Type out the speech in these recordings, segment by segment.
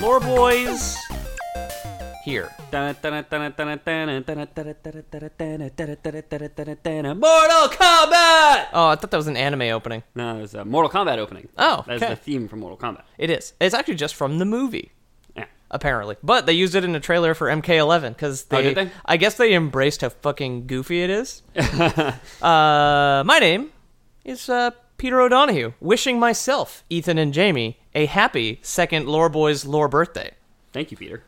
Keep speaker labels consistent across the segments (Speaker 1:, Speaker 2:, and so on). Speaker 1: Lore boys here. Mortal Kombat.
Speaker 2: Oh, I thought that was an anime opening.
Speaker 1: No, it was a Mortal Kombat opening.
Speaker 2: Oh,
Speaker 1: that's
Speaker 2: okay.
Speaker 1: the theme for Mortal Kombat.
Speaker 2: It is. It's actually just from the movie,
Speaker 1: Yeah.
Speaker 2: apparently. But they used it in a trailer for MK11 because they,
Speaker 1: Oh, did they?
Speaker 2: I guess they embraced how fucking goofy it is. uh, my name is uh, Peter O'Donohue. Wishing myself, Ethan and Jamie, a happy second Lore Boys Lore birthday.
Speaker 1: Thank you, Peter.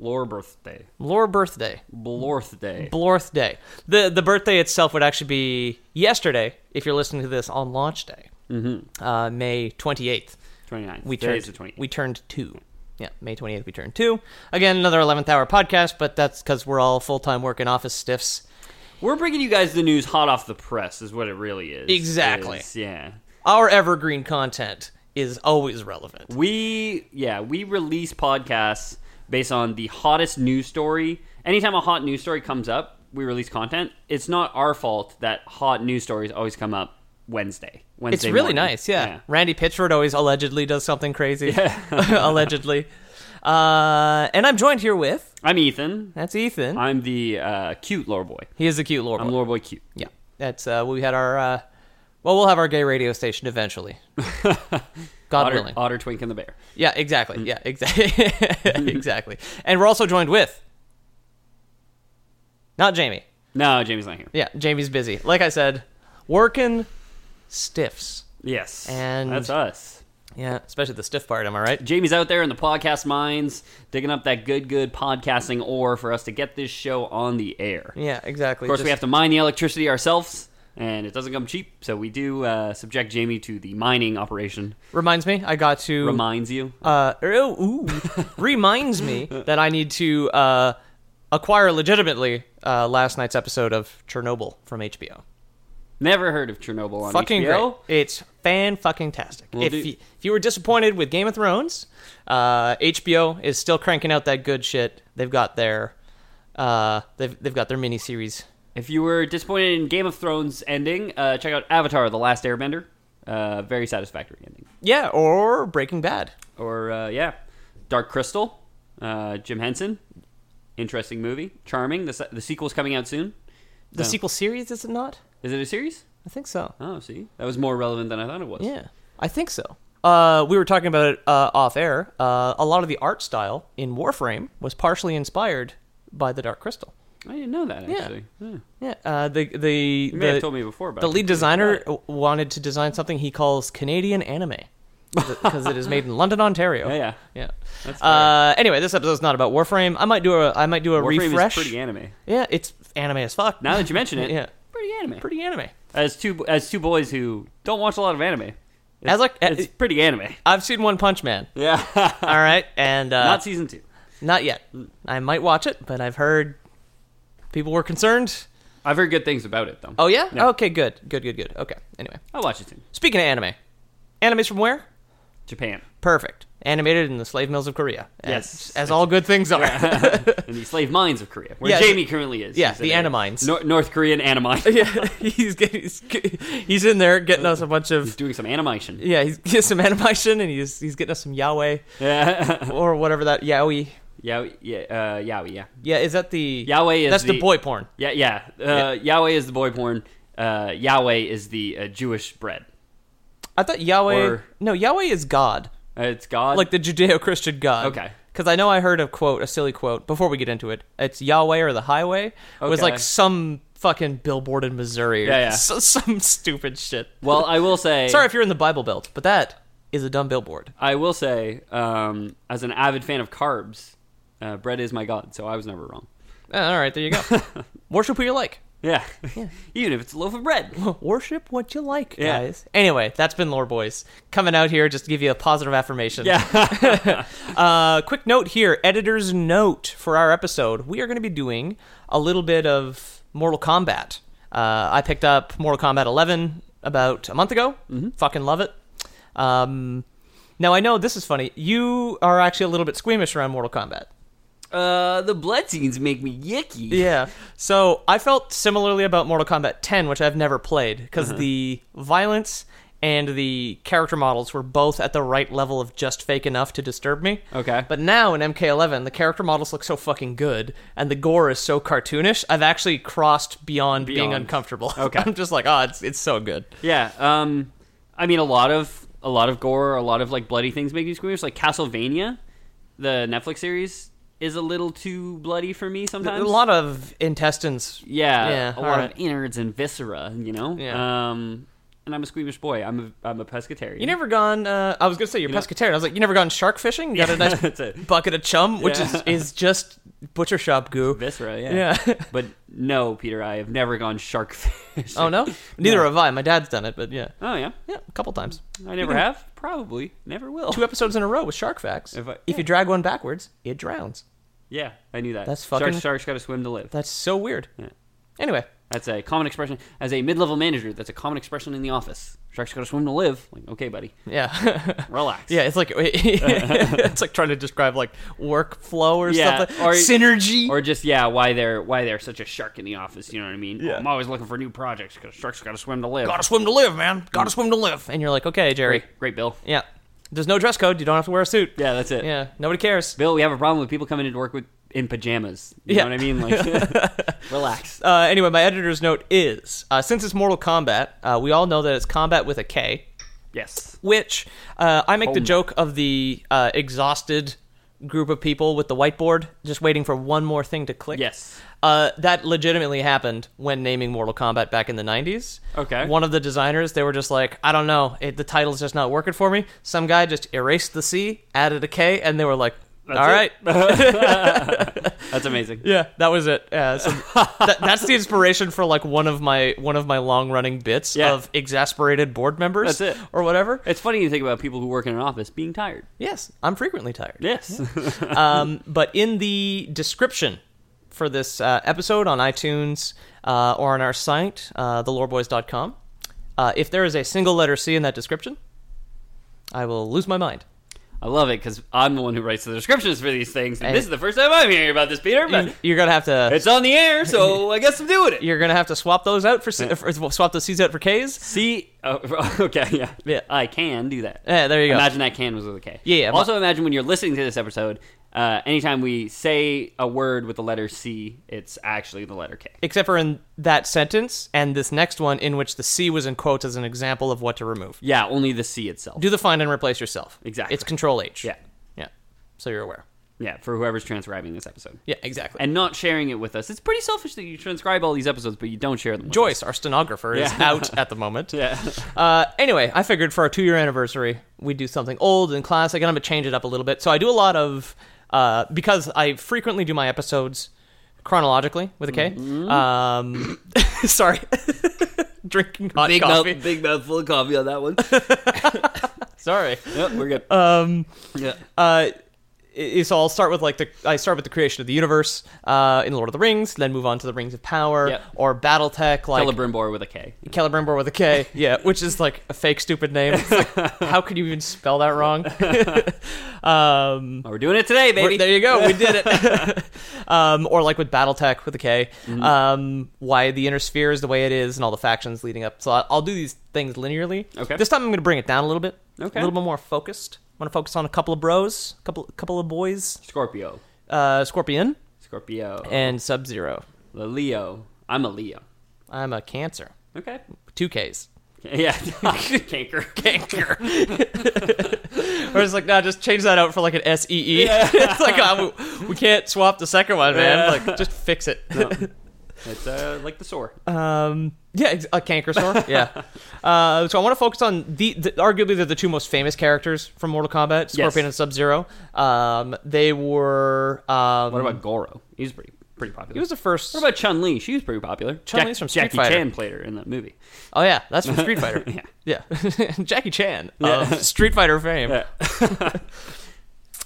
Speaker 1: Lore birthday.
Speaker 2: Lore birthday.
Speaker 1: Blorth day.
Speaker 2: Blorth Day. The the birthday itself would actually be yesterday if you're listening to this on launch day, mm-hmm. uh, May 28th.
Speaker 1: 29th.
Speaker 2: We
Speaker 1: Today's
Speaker 2: turned
Speaker 1: the 28th.
Speaker 2: we turned two. Yeah, May 28th we turned two. Again, another 11th hour podcast, but that's because we're all full time working office stiffs.
Speaker 1: We're bringing you guys the news hot off the press, is what it really is.
Speaker 2: Exactly.
Speaker 1: Is, yeah.
Speaker 2: Our evergreen content is always relevant.
Speaker 1: We yeah, we release podcasts based on the hottest news story. Anytime a hot news story comes up, we release content. It's not our fault that hot news stories always come up Wednesday.
Speaker 2: It's
Speaker 1: Wednesday.
Speaker 2: really
Speaker 1: morning.
Speaker 2: nice, yeah. Randy Pitchford always allegedly does something crazy. allegedly. Uh, and I'm joined here with
Speaker 1: I'm Ethan.
Speaker 2: that's Ethan.
Speaker 1: I'm the uh, cute lore boy.
Speaker 2: he is a cute lore.
Speaker 1: I'm
Speaker 2: boy.
Speaker 1: lore boy cute.
Speaker 2: Yeah, that's uh, we had our. Uh, well, we'll have our gay radio station eventually. God
Speaker 1: Otter,
Speaker 2: willing.
Speaker 1: Otter Twink and the Bear.
Speaker 2: Yeah, exactly. Yeah, exactly. exactly. And we're also joined with. Not Jamie.
Speaker 1: No, Jamie's not here.
Speaker 2: Yeah, Jamie's busy. Like I said, working stiffs.
Speaker 1: Yes.
Speaker 2: And-
Speaker 1: that's us.
Speaker 2: Yeah, especially the stiff part, am I right?
Speaker 1: Jamie's out there in the podcast mines, digging up that good, good podcasting ore for us to get this show on the air.
Speaker 2: Yeah, exactly.
Speaker 1: Of course, we have to mine the electricity ourselves, and it doesn't come cheap. So we do uh, subject Jamie to the mining operation.
Speaker 2: Reminds me, I got to.
Speaker 1: Reminds you.
Speaker 2: uh, oh, ooh, reminds me that I need to uh, acquire legitimately uh, last night's episode of Chernobyl from HBO.
Speaker 1: Never heard of Chernobyl on
Speaker 2: fucking
Speaker 1: HBO.
Speaker 2: great. It's fan fucking tastic. if,
Speaker 1: do-
Speaker 2: you, if you were disappointed with Game of Thrones, uh, HBO is still cranking out that good shit. They've got their uh, they've they've got their miniseries.
Speaker 1: If you were disappointed in Game of Thrones ending, uh, check out Avatar: The Last Airbender. Uh, very satisfactory ending.
Speaker 2: Yeah, or Breaking Bad.
Speaker 1: Or uh, yeah, Dark Crystal. Uh, Jim Henson. Interesting movie. Charming. The, se- the sequel's coming out soon.
Speaker 2: The
Speaker 1: No.
Speaker 2: sequel series is it not?
Speaker 1: Is it a series?
Speaker 2: I think so.
Speaker 1: Oh, see, that was more relevant than I thought it was.
Speaker 2: Yeah, I think so. Uh, we were talking about it uh, off air. Uh, a lot of the art style in Warframe was partially inspired by the Dark Crystal.
Speaker 1: I didn't know that actually. Yeah.
Speaker 2: Yeah, uh, the the
Speaker 1: You
Speaker 2: the,
Speaker 1: may have told me before about
Speaker 2: the
Speaker 1: it.
Speaker 2: lead designer w- wanted to design something he calls Canadian anime because it is made in London, Ontario.
Speaker 1: Yeah, yeah.
Speaker 2: yeah.
Speaker 1: That's
Speaker 2: Uh, anyway, this episode's not about Warframe. I might do a I might do a
Speaker 1: Warframe
Speaker 2: refresh.
Speaker 1: is pretty anime.
Speaker 2: yeah, it's anime as fuck.
Speaker 1: Now that you mention it,
Speaker 2: Yeah.
Speaker 1: pretty anime.
Speaker 2: pretty anime.
Speaker 1: As two as two boys who don't watch a lot of anime, it's,
Speaker 2: As like-
Speaker 1: it's pretty anime.
Speaker 2: I've seen One Punch Man.
Speaker 1: Yeah,
Speaker 2: All right, and uh,
Speaker 1: not season two.
Speaker 2: not yet. I might watch it, but I've heard people were concerned.
Speaker 1: I've heard good things about it though.
Speaker 2: Oh yeah.
Speaker 1: Yeah.
Speaker 2: Okay. Good. Good. Good. Good. Okay. Anyway,
Speaker 1: I'll watch it soon.
Speaker 2: speaking of anime, anime's from where?
Speaker 1: Japan
Speaker 2: Perfect. Animated in the slave mills of Korea. As,
Speaker 1: Yes.
Speaker 2: As all good things are.
Speaker 1: and the slave mines of Korea, where
Speaker 2: Yeah,
Speaker 1: Jamie currently is.
Speaker 2: yeah,
Speaker 1: He's
Speaker 2: the
Speaker 1: in a-
Speaker 2: Anamines.
Speaker 1: Nor- North Korean anime.
Speaker 2: yeah, he's, get- he's get- he's in there getting us a bunch
Speaker 1: He's
Speaker 2: of
Speaker 1: doing some animation.
Speaker 2: yeah, he's getting some animation and he's he's getting us some Yahweh
Speaker 1: Yeah,
Speaker 2: or whatever that Yaoi.
Speaker 1: yeah, yeah, uh, Yahweh, yeah,
Speaker 2: Yeah, is that the
Speaker 1: Yaoi is
Speaker 2: That's the,
Speaker 1: the-
Speaker 2: boy porn.
Speaker 1: yeah, yeah. Uh, Yahweh is the boy porn. Uh, Yahweh is the uh, Jewish bread.
Speaker 2: I thought Yahweh.
Speaker 1: Or-
Speaker 2: no, Yahweh is God,
Speaker 1: Uh, it's God.
Speaker 2: like the Judeo-Christian God.
Speaker 1: Okay.
Speaker 2: Because I know I heard a quote, a silly quote before we get into it. It's Yahweh or the highway. It was
Speaker 1: Okay.
Speaker 2: like some fucking billboard in Missouri or
Speaker 1: Yeah, yeah.
Speaker 2: s- some stupid shit.
Speaker 1: Well, I will say.
Speaker 2: Sorry if you're in the Bible Belt, but that is a dumb billboard.
Speaker 1: I will say, um, as an avid fan of carbs, uh, bread is my god, so I was never wrong.
Speaker 2: Uh, all right, there you go. Worship what you like.
Speaker 1: Yeah. Even if it's a loaf of bread.
Speaker 2: Worship what you like,
Speaker 1: Yeah.
Speaker 2: guys. Anyway, that's been Lore Boys coming out here just to give you a positive affirmation.
Speaker 1: Yeah.
Speaker 2: A quick note here, editor's note for our episode. We are going to be doing a little bit of Mortal Kombat. Uh, I picked up Mortal Kombat 11 about a month ago. Fucking love it. Um, now I know this is funny. You are actually a little bit squeamish around Mortal Kombat.
Speaker 1: uh, the blood scenes make me yicky.
Speaker 2: Yeah. So I felt similarly about Mortal Kombat 10, which I've never played, because
Speaker 1: Mm-hmm.
Speaker 2: the violence and the character models were both at the right level of just fake enough to disturb me.
Speaker 1: Okay.
Speaker 2: But now in MK11, the character models look so fucking good, and the gore is so cartoonish. I've actually crossed beyond, being
Speaker 1: Beyond.
Speaker 2: uncomfortable.
Speaker 1: Okay.
Speaker 2: I'm just like, oh, it's it's so good.
Speaker 1: Yeah. Um, I mean, a lot of a lot of gore, a lot of like bloody things make me squeamish. Like Castlevania, the Netflix series, is a little too bloody for me sometimes.
Speaker 2: A lot of intestines.
Speaker 1: Yeah,
Speaker 2: Yeah,
Speaker 1: a lot
Speaker 2: alright.
Speaker 1: of innards and viscera, you know.
Speaker 2: Yeah.
Speaker 1: Um, and I'm a squeamish boy. I'm a I'm a pescatarian.
Speaker 2: You never gone? Uh, I was gonna say you're pescatarian. I was like, you never gone shark fishing? You got a nice
Speaker 1: That's it.
Speaker 2: bucket of chum, which
Speaker 1: Yeah.
Speaker 2: is is just butcher shop goo.
Speaker 1: viscera. Yeah.
Speaker 2: Yeah.
Speaker 1: but no, Peter, I have never gone shark fish.
Speaker 2: Oh no, neither have I. My dad's done it, but yeah,
Speaker 1: Oh yeah.
Speaker 2: yeah, a couple times.
Speaker 1: I never have. Probably never will.
Speaker 2: Two episodes in a row with shark facts. If,
Speaker 1: If I-
Speaker 2: you drag one backwards, it drowns.
Speaker 1: Yeah, I knew that.
Speaker 2: That's fucking-
Speaker 1: Sharks, sharks got to swim to live.
Speaker 2: That's so weird.
Speaker 1: Yeah.
Speaker 2: Anyway,
Speaker 1: That's a common expression. As a mid-level manager, that's a common expression in the office. Sharks got to swim to live. Like, okay, buddy,
Speaker 2: yeah,
Speaker 1: relax.
Speaker 2: yeah. It's like it's like trying to describe like workflow or
Speaker 1: Yeah,
Speaker 2: something.
Speaker 1: or-
Speaker 2: Synergy.
Speaker 1: Or just yeah, why they're why they're such a shark in the office? You know what I mean? Yeah. I'm always looking for new projects because sharks got to swim to live.
Speaker 2: Gotta swim to live, man. Gotta swim to live. And you're like, okay, Jerry.
Speaker 1: Great, great, Bill.
Speaker 2: Yeah. There's no dress code. You don't have to wear a suit.
Speaker 1: Yeah, that's it.
Speaker 2: Yeah. Nobody cares.
Speaker 1: Bill, we have a problem with people coming into work with in pajamas. You
Speaker 2: Yeah.
Speaker 1: know what I mean? Like, relax.
Speaker 2: uh, anyway, my editor's note is uh, since it's Mortal Kombat, uh, we all know that it's combat with a K,
Speaker 1: Yes.
Speaker 2: which uh, I
Speaker 1: Oh
Speaker 2: make the joke of the uh, exhausted group of people with the whiteboard just waiting for one more thing to click.
Speaker 1: Yes.
Speaker 2: Uh, that legitimately happened when naming Mortal Kombat back in the 90s.
Speaker 1: Okay.
Speaker 2: One of the designers, they were just like, I don't know, it, the title's just not working for me. Some guy just erased the C, added a K, and they were like, all right,
Speaker 1: it. That's amazing.
Speaker 2: yeah, that was it. Yeah, so that, that's the inspiration for like one of my one of my long running bits
Speaker 1: Yeah.
Speaker 2: of exasperated board members.
Speaker 1: That's it.
Speaker 2: or whatever.
Speaker 1: It's funny to think about people who work in an office being tired.
Speaker 2: Yes, I'm frequently tired.
Speaker 1: Yes.
Speaker 2: Um, but in the description for this uh, episode on iTunes uh, or on our site, uh, theloreboys.com, uh, if there is a single letter C in that description, I will lose my mind.
Speaker 1: I love it because I'm the one who writes the descriptions for these things. And
Speaker 2: Hey.
Speaker 1: this is the first time I'm hearing about this, Peter. But
Speaker 2: You're gonna have to.
Speaker 1: it's on the air, so I guess I'm doing it.
Speaker 2: you're gonna have to swap those out for, C, for swap the C's out for K's.
Speaker 1: See, oh, okay, yeah.
Speaker 2: Yeah.
Speaker 1: I can do that.
Speaker 2: Yeah, there you go.
Speaker 1: Imagine that can was with a K.
Speaker 2: Yeah, yeah,
Speaker 1: Also, imagine when you're listening to this episode, uh, anytime we say a word with the letter C, it's actually the letter K.
Speaker 2: except for in that sentence and this next one in which the C was in quotes as an example of what to remove.
Speaker 1: Yeah, only the C itself.
Speaker 2: Do the find and replace yourself.
Speaker 1: Exactly.
Speaker 2: It's control H.
Speaker 1: Yeah.
Speaker 2: Yeah. So you're aware.
Speaker 1: Yeah, for whoever's transcribing this episode.
Speaker 2: Yeah, exactly. And
Speaker 1: And not sharing it with us. It's pretty selfish that you transcribe all these episodes, but you don't share them with
Speaker 2: Joyce, our stenographer, is
Speaker 1: Yeah.
Speaker 2: out at the moment.
Speaker 1: us. Yeah.
Speaker 2: Uh, anyway, I figured for our two year anniversary, we'd do something old and classic, and I'm going to change it up a little bit. So I do a lot of, uh, because I frequently do my episodes chronologically with a K.
Speaker 1: Mm-hmm.
Speaker 2: Um, sorry. Drinking hot
Speaker 1: big,
Speaker 2: coffee.
Speaker 1: mouth, big mouth full of coffee on that one.
Speaker 2: Sorry.
Speaker 1: yep, we're good. Um, yeah.
Speaker 2: uh, i- so I'll start with like the I start with the creation of the universe uh, in Lord of the Rings, then move on to the Rings of Power
Speaker 1: Yep.
Speaker 2: or BattleTech, like
Speaker 1: Celebrimbor with a K.
Speaker 2: Celebrimbor with a K, yeah, which is like a fake stupid name. It's like, how could you even spell that wrong? um,
Speaker 1: Oh, we're doing it today, baby.
Speaker 2: there you go, we did it. um, or like with BattleTech with a K,
Speaker 1: Mm-hmm.
Speaker 2: um, why the inner sphere is the way it is, and all the factions leading up. So I- I'll do these things linearly.
Speaker 1: Okay.
Speaker 2: This time I'm going to bring it down a little bit.
Speaker 1: Okay.
Speaker 2: A little bit more focused. I want to focus on a couple of bros, a couple, couple of boys
Speaker 1: Scorpio.
Speaker 2: uh, Scorpion
Speaker 1: Scorpio.
Speaker 2: and Sub Zero.
Speaker 1: The Leo. I'm a Leo.
Speaker 2: I'm a Cancer.
Speaker 1: Okay.
Speaker 2: Two Ks.
Speaker 1: Yeah. Canker. Canker.
Speaker 2: Or it's like, nah, just change that out for like an S E uh, E. It's like, ah, we, we can't swap the second one, man. Like, just fix it.
Speaker 1: Um, It's uh, like the sore.
Speaker 2: Um, yeah, ex- a canker sore. yeah. Uh, so I want to focus on the, the arguably they're the two most famous characters from Mortal Kombat, Scorpion and Sub Zero. Um, they were. Um,
Speaker 1: what about Goro? He was pretty pretty popular.
Speaker 2: He was the first.
Speaker 1: What about Chun Li? She was pretty popular.
Speaker 2: Chun-Li's from Street
Speaker 1: Jackie
Speaker 2: Fighter.
Speaker 1: Chan played her in that movie.
Speaker 2: oh yeah, that's from Street Fighter.
Speaker 1: Yeah.
Speaker 2: yeah, Jackie Chan of Street Fighter fame.
Speaker 1: Yeah.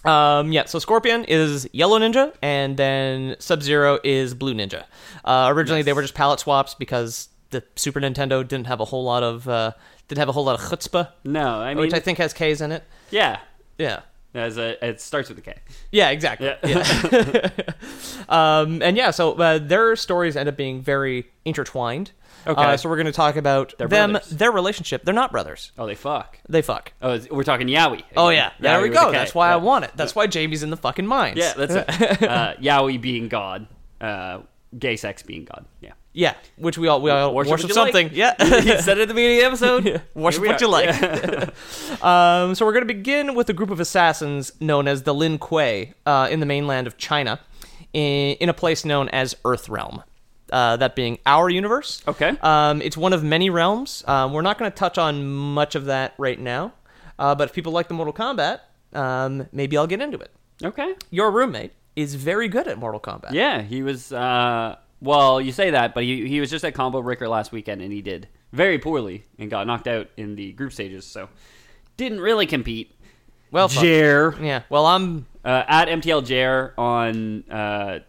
Speaker 2: Um, yeah, so Scorpion is Yellow Ninja, and then Sub Zero is Blue Ninja. Uh, originally, they were just palette swaps because the Super Nintendo didn't have a whole lot of uh, didn't have a whole lot of chutzpah,
Speaker 1: No, I mean,
Speaker 2: Oh, which I think has K's in it.
Speaker 1: yeah.
Speaker 2: Yeah,
Speaker 1: As a, it starts with a K.
Speaker 2: yeah, exactly.
Speaker 1: Yeah.
Speaker 2: Um, and yeah, so uh, their stories end up being very intertwined.
Speaker 1: Okay.
Speaker 2: Uh, so we're going to talk about them,
Speaker 1: brothers.
Speaker 2: their relationship. They're not brothers.
Speaker 1: oh, they fuck.
Speaker 2: They fuck.
Speaker 1: Oh, it's- we're talking Yaoi.
Speaker 2: Oh yeah, there
Speaker 1: Yaoi
Speaker 2: we
Speaker 1: with a
Speaker 2: go.
Speaker 1: K.
Speaker 2: That's why I
Speaker 1: Yeah.
Speaker 2: want it. That's why Jamie's in the fucking mines.
Speaker 1: Yeah, that's it. uh, Yaoi being God, uh, gay sex being God. Yeah.
Speaker 2: yeah. Which we all we all
Speaker 1: Worship
Speaker 2: worship,
Speaker 1: what you like.
Speaker 2: something. Yeah.
Speaker 1: you said it at the beginning of the episode.
Speaker 2: Worship
Speaker 1: Here we
Speaker 2: what you
Speaker 1: are.
Speaker 2: like. um, so we're going to begin with a group of assassins known as the Lin Kuei uh, in the mainland of China, in, in a place known as Earth Realm. Uh, that being our universe.
Speaker 1: Okay.
Speaker 2: Um, it's one of many realms. Um, we're not going to touch on much of that right now, uh, but if people like the Mortal Kombat, um, maybe I'll get into it.
Speaker 1: Okay.
Speaker 2: Your roommate is very good at Mortal Kombat.
Speaker 1: Yeah, he was. Uh, well, you say that, but he, he was just at Combo Ricker last weekend, and he did very poorly and got knocked out in the group stages. So didn't really compete.
Speaker 2: Well, fuck.
Speaker 1: Jair
Speaker 2: yeah. Well, I'm
Speaker 1: uh, at MTL Jair on uh,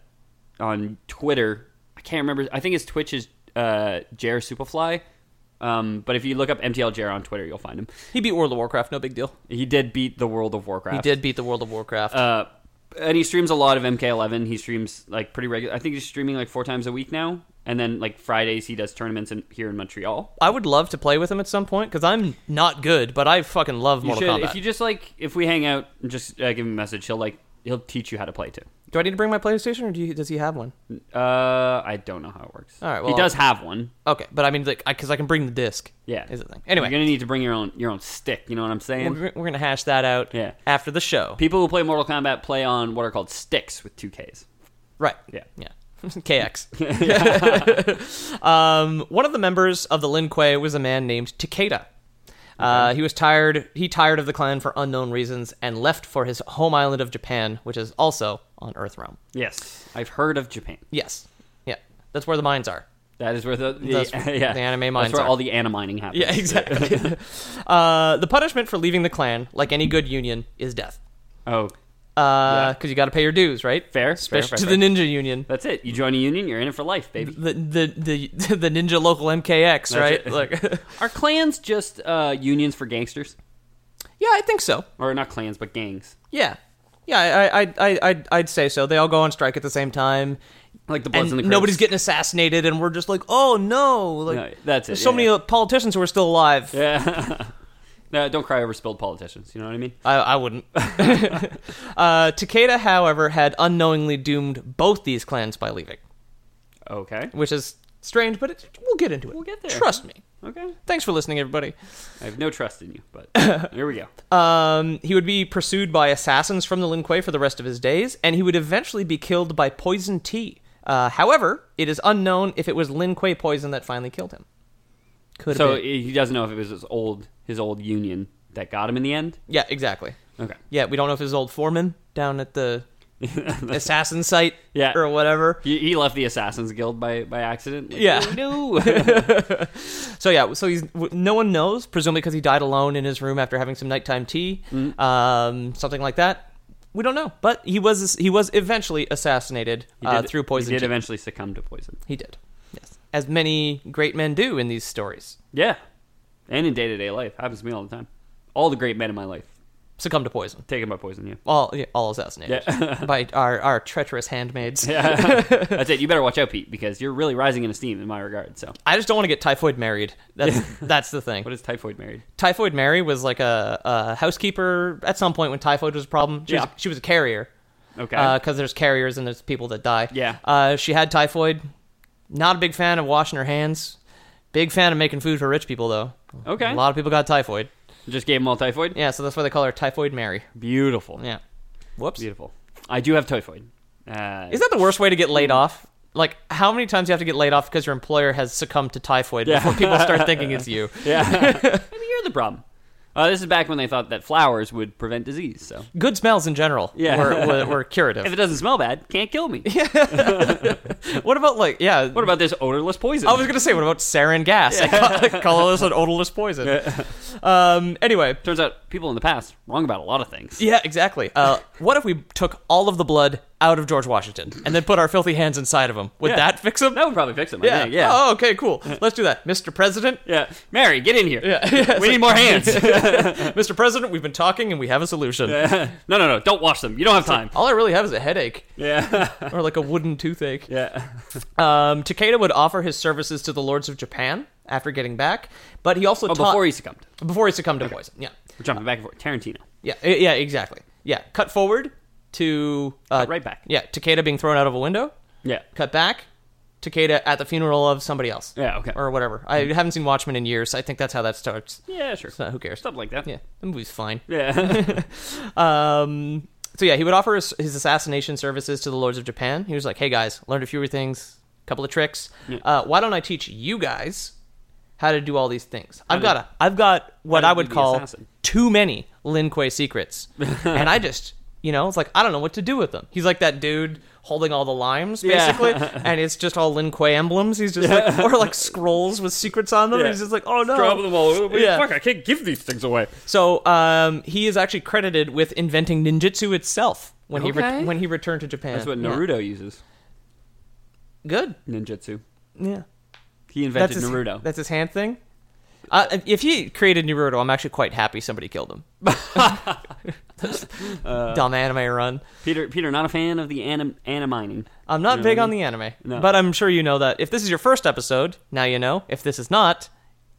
Speaker 1: on Twitter. I can't remember. I think his Twitch is uh, Jair Superfly. Um, but if you look up MTL Jair on Twitter, you'll find him.
Speaker 2: he beat World of Warcraft. No big deal.
Speaker 1: He did beat the World of Warcraft.
Speaker 2: He did beat the World of Warcraft.
Speaker 1: Uh, and he streams a lot of MK11. He streams like pretty regular. I think he's streaming like four times a week now. And then like Fridays, he does tournaments in, here in Montreal.
Speaker 2: I would love to play with him at some point because I'm not good, but I fucking love
Speaker 1: You
Speaker 2: Mortal
Speaker 1: should,
Speaker 2: Kombat.
Speaker 1: if you just like, if we hang out, and just uh, give him a message. He'll like, he'll teach you how to play too.
Speaker 2: Do I need to bring my PlayStation, or do you, does he have one?
Speaker 1: Uh, I don't know how it works.
Speaker 2: All right,
Speaker 1: he
Speaker 2: well,
Speaker 1: does have one.
Speaker 2: Okay, but I mean, like, because I, can bring the disc.
Speaker 1: Yeah,
Speaker 2: is the thing.
Speaker 1: you're
Speaker 2: Anyway,
Speaker 1: gonna need to bring your own your own stick. You know what I'm saying?
Speaker 2: we're, we're gonna hash that out
Speaker 1: Yeah.
Speaker 2: after the show.
Speaker 1: People who play Mortal Kombat play on what are called sticks with two Ks.
Speaker 2: Right.
Speaker 1: Yeah.
Speaker 2: Yeah. KX. um, one of the members of the Lin Kuei was a man named Takeda. Uh, he was tired. He tired of the clan for unknown reasons and left for his home island of Japan, which is also on Earthrealm.
Speaker 1: Yes, I've heard of Japan.
Speaker 2: Yes. Yeah. That's where the mines are.
Speaker 1: That is where the, the,
Speaker 2: That's where
Speaker 1: yeah.
Speaker 2: the anime
Speaker 1: That's
Speaker 2: mines
Speaker 1: where
Speaker 2: are.
Speaker 1: all the animining happens.
Speaker 2: Yeah, exactly. uh, the punishment for leaving the clan, like any good union, is death.
Speaker 1: Oh,
Speaker 2: Because you got to pay your dues, right?
Speaker 1: Fair,
Speaker 2: Especially
Speaker 1: fair,
Speaker 2: to
Speaker 1: fair, fair.
Speaker 2: the ninja union,
Speaker 1: That's it. You join a union, you're in it for life, baby.
Speaker 2: the the the, the ninja local MKX, right?
Speaker 1: it.
Speaker 2: Like,
Speaker 1: Are clans just uh, unions for gangsters?
Speaker 2: yeah, I think so.
Speaker 1: Or not clans, but gangs.
Speaker 2: Yeah, yeah, I I I I'd, I'd say so. They all go on strike at the same time.
Speaker 1: Like the Bloods
Speaker 2: And
Speaker 1: and, the Crips.
Speaker 2: nobody's getting assassinated, and we're just like, oh no! Like,
Speaker 1: No, that's it,
Speaker 2: There's so
Speaker 1: yeah,
Speaker 2: many
Speaker 1: yeah.
Speaker 2: uh politicians who are still alive.
Speaker 1: Yeah. no, don't cry over spilled politicians. You know what I mean?
Speaker 2: I, I wouldn't. uh, Takeda, however, had unknowingly doomed both these clans by leaving.
Speaker 1: Okay.
Speaker 2: which is strange, but it, we'll get into it. We'll
Speaker 1: get there.
Speaker 2: Trust me.
Speaker 1: Okay.
Speaker 2: Thanks for listening, everybody.
Speaker 1: I have no trust in you, but here we go.
Speaker 2: Um, he would be pursued by assassins from the Lin Kuei for the rest of his days, and he would eventually be killed by poison tea. Uh, however, it is unknown if it was Lin Kuei poison that finally killed him. Could
Speaker 1: So
Speaker 2: have been.
Speaker 1: he doesn't know if it was his old his old union that got him in the end.
Speaker 2: yeah, exactly.
Speaker 1: Okay.
Speaker 2: Yeah, we don't know if his old foreman down at the assassin site
Speaker 1: Yeah.
Speaker 2: or whatever.
Speaker 1: He, he left the Assassin's Guild by by accident. Like,
Speaker 2: Yeah.
Speaker 1: oh, no.
Speaker 2: So yeah, so he's w- no one knows, presumably because he died alone in his room after having some nighttime tea,
Speaker 1: Mm.
Speaker 2: um, something like that. We don't know, but he was he was eventually assassinated uh,
Speaker 1: Did-
Speaker 2: through poison.
Speaker 1: He did
Speaker 2: tea.
Speaker 1: eventually succumb to poison.
Speaker 2: He did, yes, as many great men do in these stories,
Speaker 1: Yeah. And in day to day life. Happens to me all the time. All the great men in my life.
Speaker 2: succumb to poison.
Speaker 1: Taken by poison, yeah.
Speaker 2: All yeah, all assassinated by our our treacherous handmaids.
Speaker 1: That's it. You better watch out, Pete, because you're really rising in esteem in my regard. So,
Speaker 2: I just don't want to get typhoid married. That's that's the thing.
Speaker 1: what is typhoid married?
Speaker 2: Typhoid Mary was like a, a housekeeper at some point when typhoid was a problem. She,
Speaker 1: Yeah.
Speaker 2: was, she was a carrier.
Speaker 1: Okay.
Speaker 2: because Uh, there's carriers and there's people that die.
Speaker 1: Yeah.
Speaker 2: Uh, she had typhoid. Not a big fan of washing her hands. Big fan of making food for rich people, though.
Speaker 1: Okay.
Speaker 2: A lot of people got typhoid.
Speaker 1: Just gave him all typhoid.
Speaker 2: Yeah, so that's why they call her Typhoid Mary.
Speaker 1: Beautiful.
Speaker 2: Yeah. Whoops.
Speaker 1: Beautiful. I do have typhoid. Uh,
Speaker 2: Is that the worst way to get laid off? Like, how many times you have to get laid off because your employer has succumbed to typhoid
Speaker 1: Yeah.
Speaker 2: before people start thinking it's you?
Speaker 1: Yeah, maybe you're the problem. Uh, this is back when they thought that flowers would prevent disease. So
Speaker 2: Good smells in general
Speaker 1: Yeah.
Speaker 2: were, were, were
Speaker 1: if it
Speaker 2: curative.
Speaker 1: doesn't smell bad, can't kill me.
Speaker 2: What about, like, yeah.
Speaker 1: What about this odorless poison?
Speaker 2: I was going to say, what about sarin gas? Yeah. Colorless and odorless poison. Um, anyway.
Speaker 1: Turns out people in the past wrong about a lot of things.
Speaker 2: Yeah, exactly. Uh, what if we took all of the blood out of George Washington and then put our filthy hands inside of him? Would
Speaker 1: Yeah.
Speaker 2: that fix him?
Speaker 1: That would probably fix them. I
Speaker 2: Yeah.
Speaker 1: think. yeah.
Speaker 2: Oh, okay, cool. Let's do that. Mr. President,
Speaker 1: Yeah, Mary, get in here.
Speaker 2: Yeah, yeah,
Speaker 1: we need more hands.
Speaker 2: Mr. President, we've been talking and we have a solution.
Speaker 1: no, no, no, don't wash them. You don't have time.
Speaker 2: All I really have is a headache
Speaker 1: Yeah,
Speaker 2: or like a wooden toothache.
Speaker 1: yeah.
Speaker 2: Um, Takeda would offer his services to the lords of Japan after getting back, but he also taught
Speaker 1: Oh, Before he succumbed,
Speaker 2: before he succumbed to poison. Yeah,
Speaker 1: we're jumping back and forth. Tarantino.
Speaker 2: yeah, I- yeah, exactly. Yeah, cut forward to uh,
Speaker 1: Cut right back.
Speaker 2: Yeah, Takeda being thrown out of a window.
Speaker 1: Yeah,
Speaker 2: Cut back. Takeda at the funeral of somebody else.
Speaker 1: Yeah, okay.
Speaker 2: Or whatever. I haven't seen Watchmen in years. I think that's how that starts.
Speaker 1: yeah, sure.
Speaker 2: So who cares?
Speaker 1: Stuff like that.
Speaker 2: Yeah, the movie's fine.
Speaker 1: yeah.
Speaker 2: Um, so yeah, he would offer his, his assassination services to the lords of Japan. He was like, "Hey guys, learned a few things, couple of tricks. Uh, why don't I teach you guys how to do all these things? I've got a, I've got what
Speaker 1: to
Speaker 2: I
Speaker 1: be
Speaker 2: would
Speaker 1: the
Speaker 2: call
Speaker 1: assassin."
Speaker 2: too many Lin Kuei secrets, and I just, you know, it's like I don't know what to do with them. He's like that dude holding all the limes
Speaker 1: Yeah.
Speaker 2: basically, and it's just all Lin Kuei emblems. He's just like, or like scrolls with secrets on them.
Speaker 1: Yeah.
Speaker 2: He's just like, oh no,
Speaker 1: Drop them all.
Speaker 2: Yeah.
Speaker 1: Fuck, I can't give these things away.
Speaker 2: so um, he is actually credited with inventing ninjutsu itself when he
Speaker 1: Okay.
Speaker 2: re- when he returned to Japan.
Speaker 1: That's what
Speaker 2: Yeah.
Speaker 1: Naruto uses.
Speaker 2: Good.
Speaker 1: Ninjutsu.
Speaker 2: Yeah.
Speaker 1: He
Speaker 2: That's his,
Speaker 1: invented Naruto.
Speaker 2: That's his hand thing. Uh, if- if he created Naruto, I'm actually quite happy somebody killed him. Dumb anime run.
Speaker 1: Peter, Peter, not a fan of the anim- animining.
Speaker 2: I'm not
Speaker 1: You know
Speaker 2: big
Speaker 1: what I
Speaker 2: on
Speaker 1: mean?
Speaker 2: the anime,
Speaker 1: No.
Speaker 2: but I'm sure you know that. If this is your first episode, now you know. If this is not,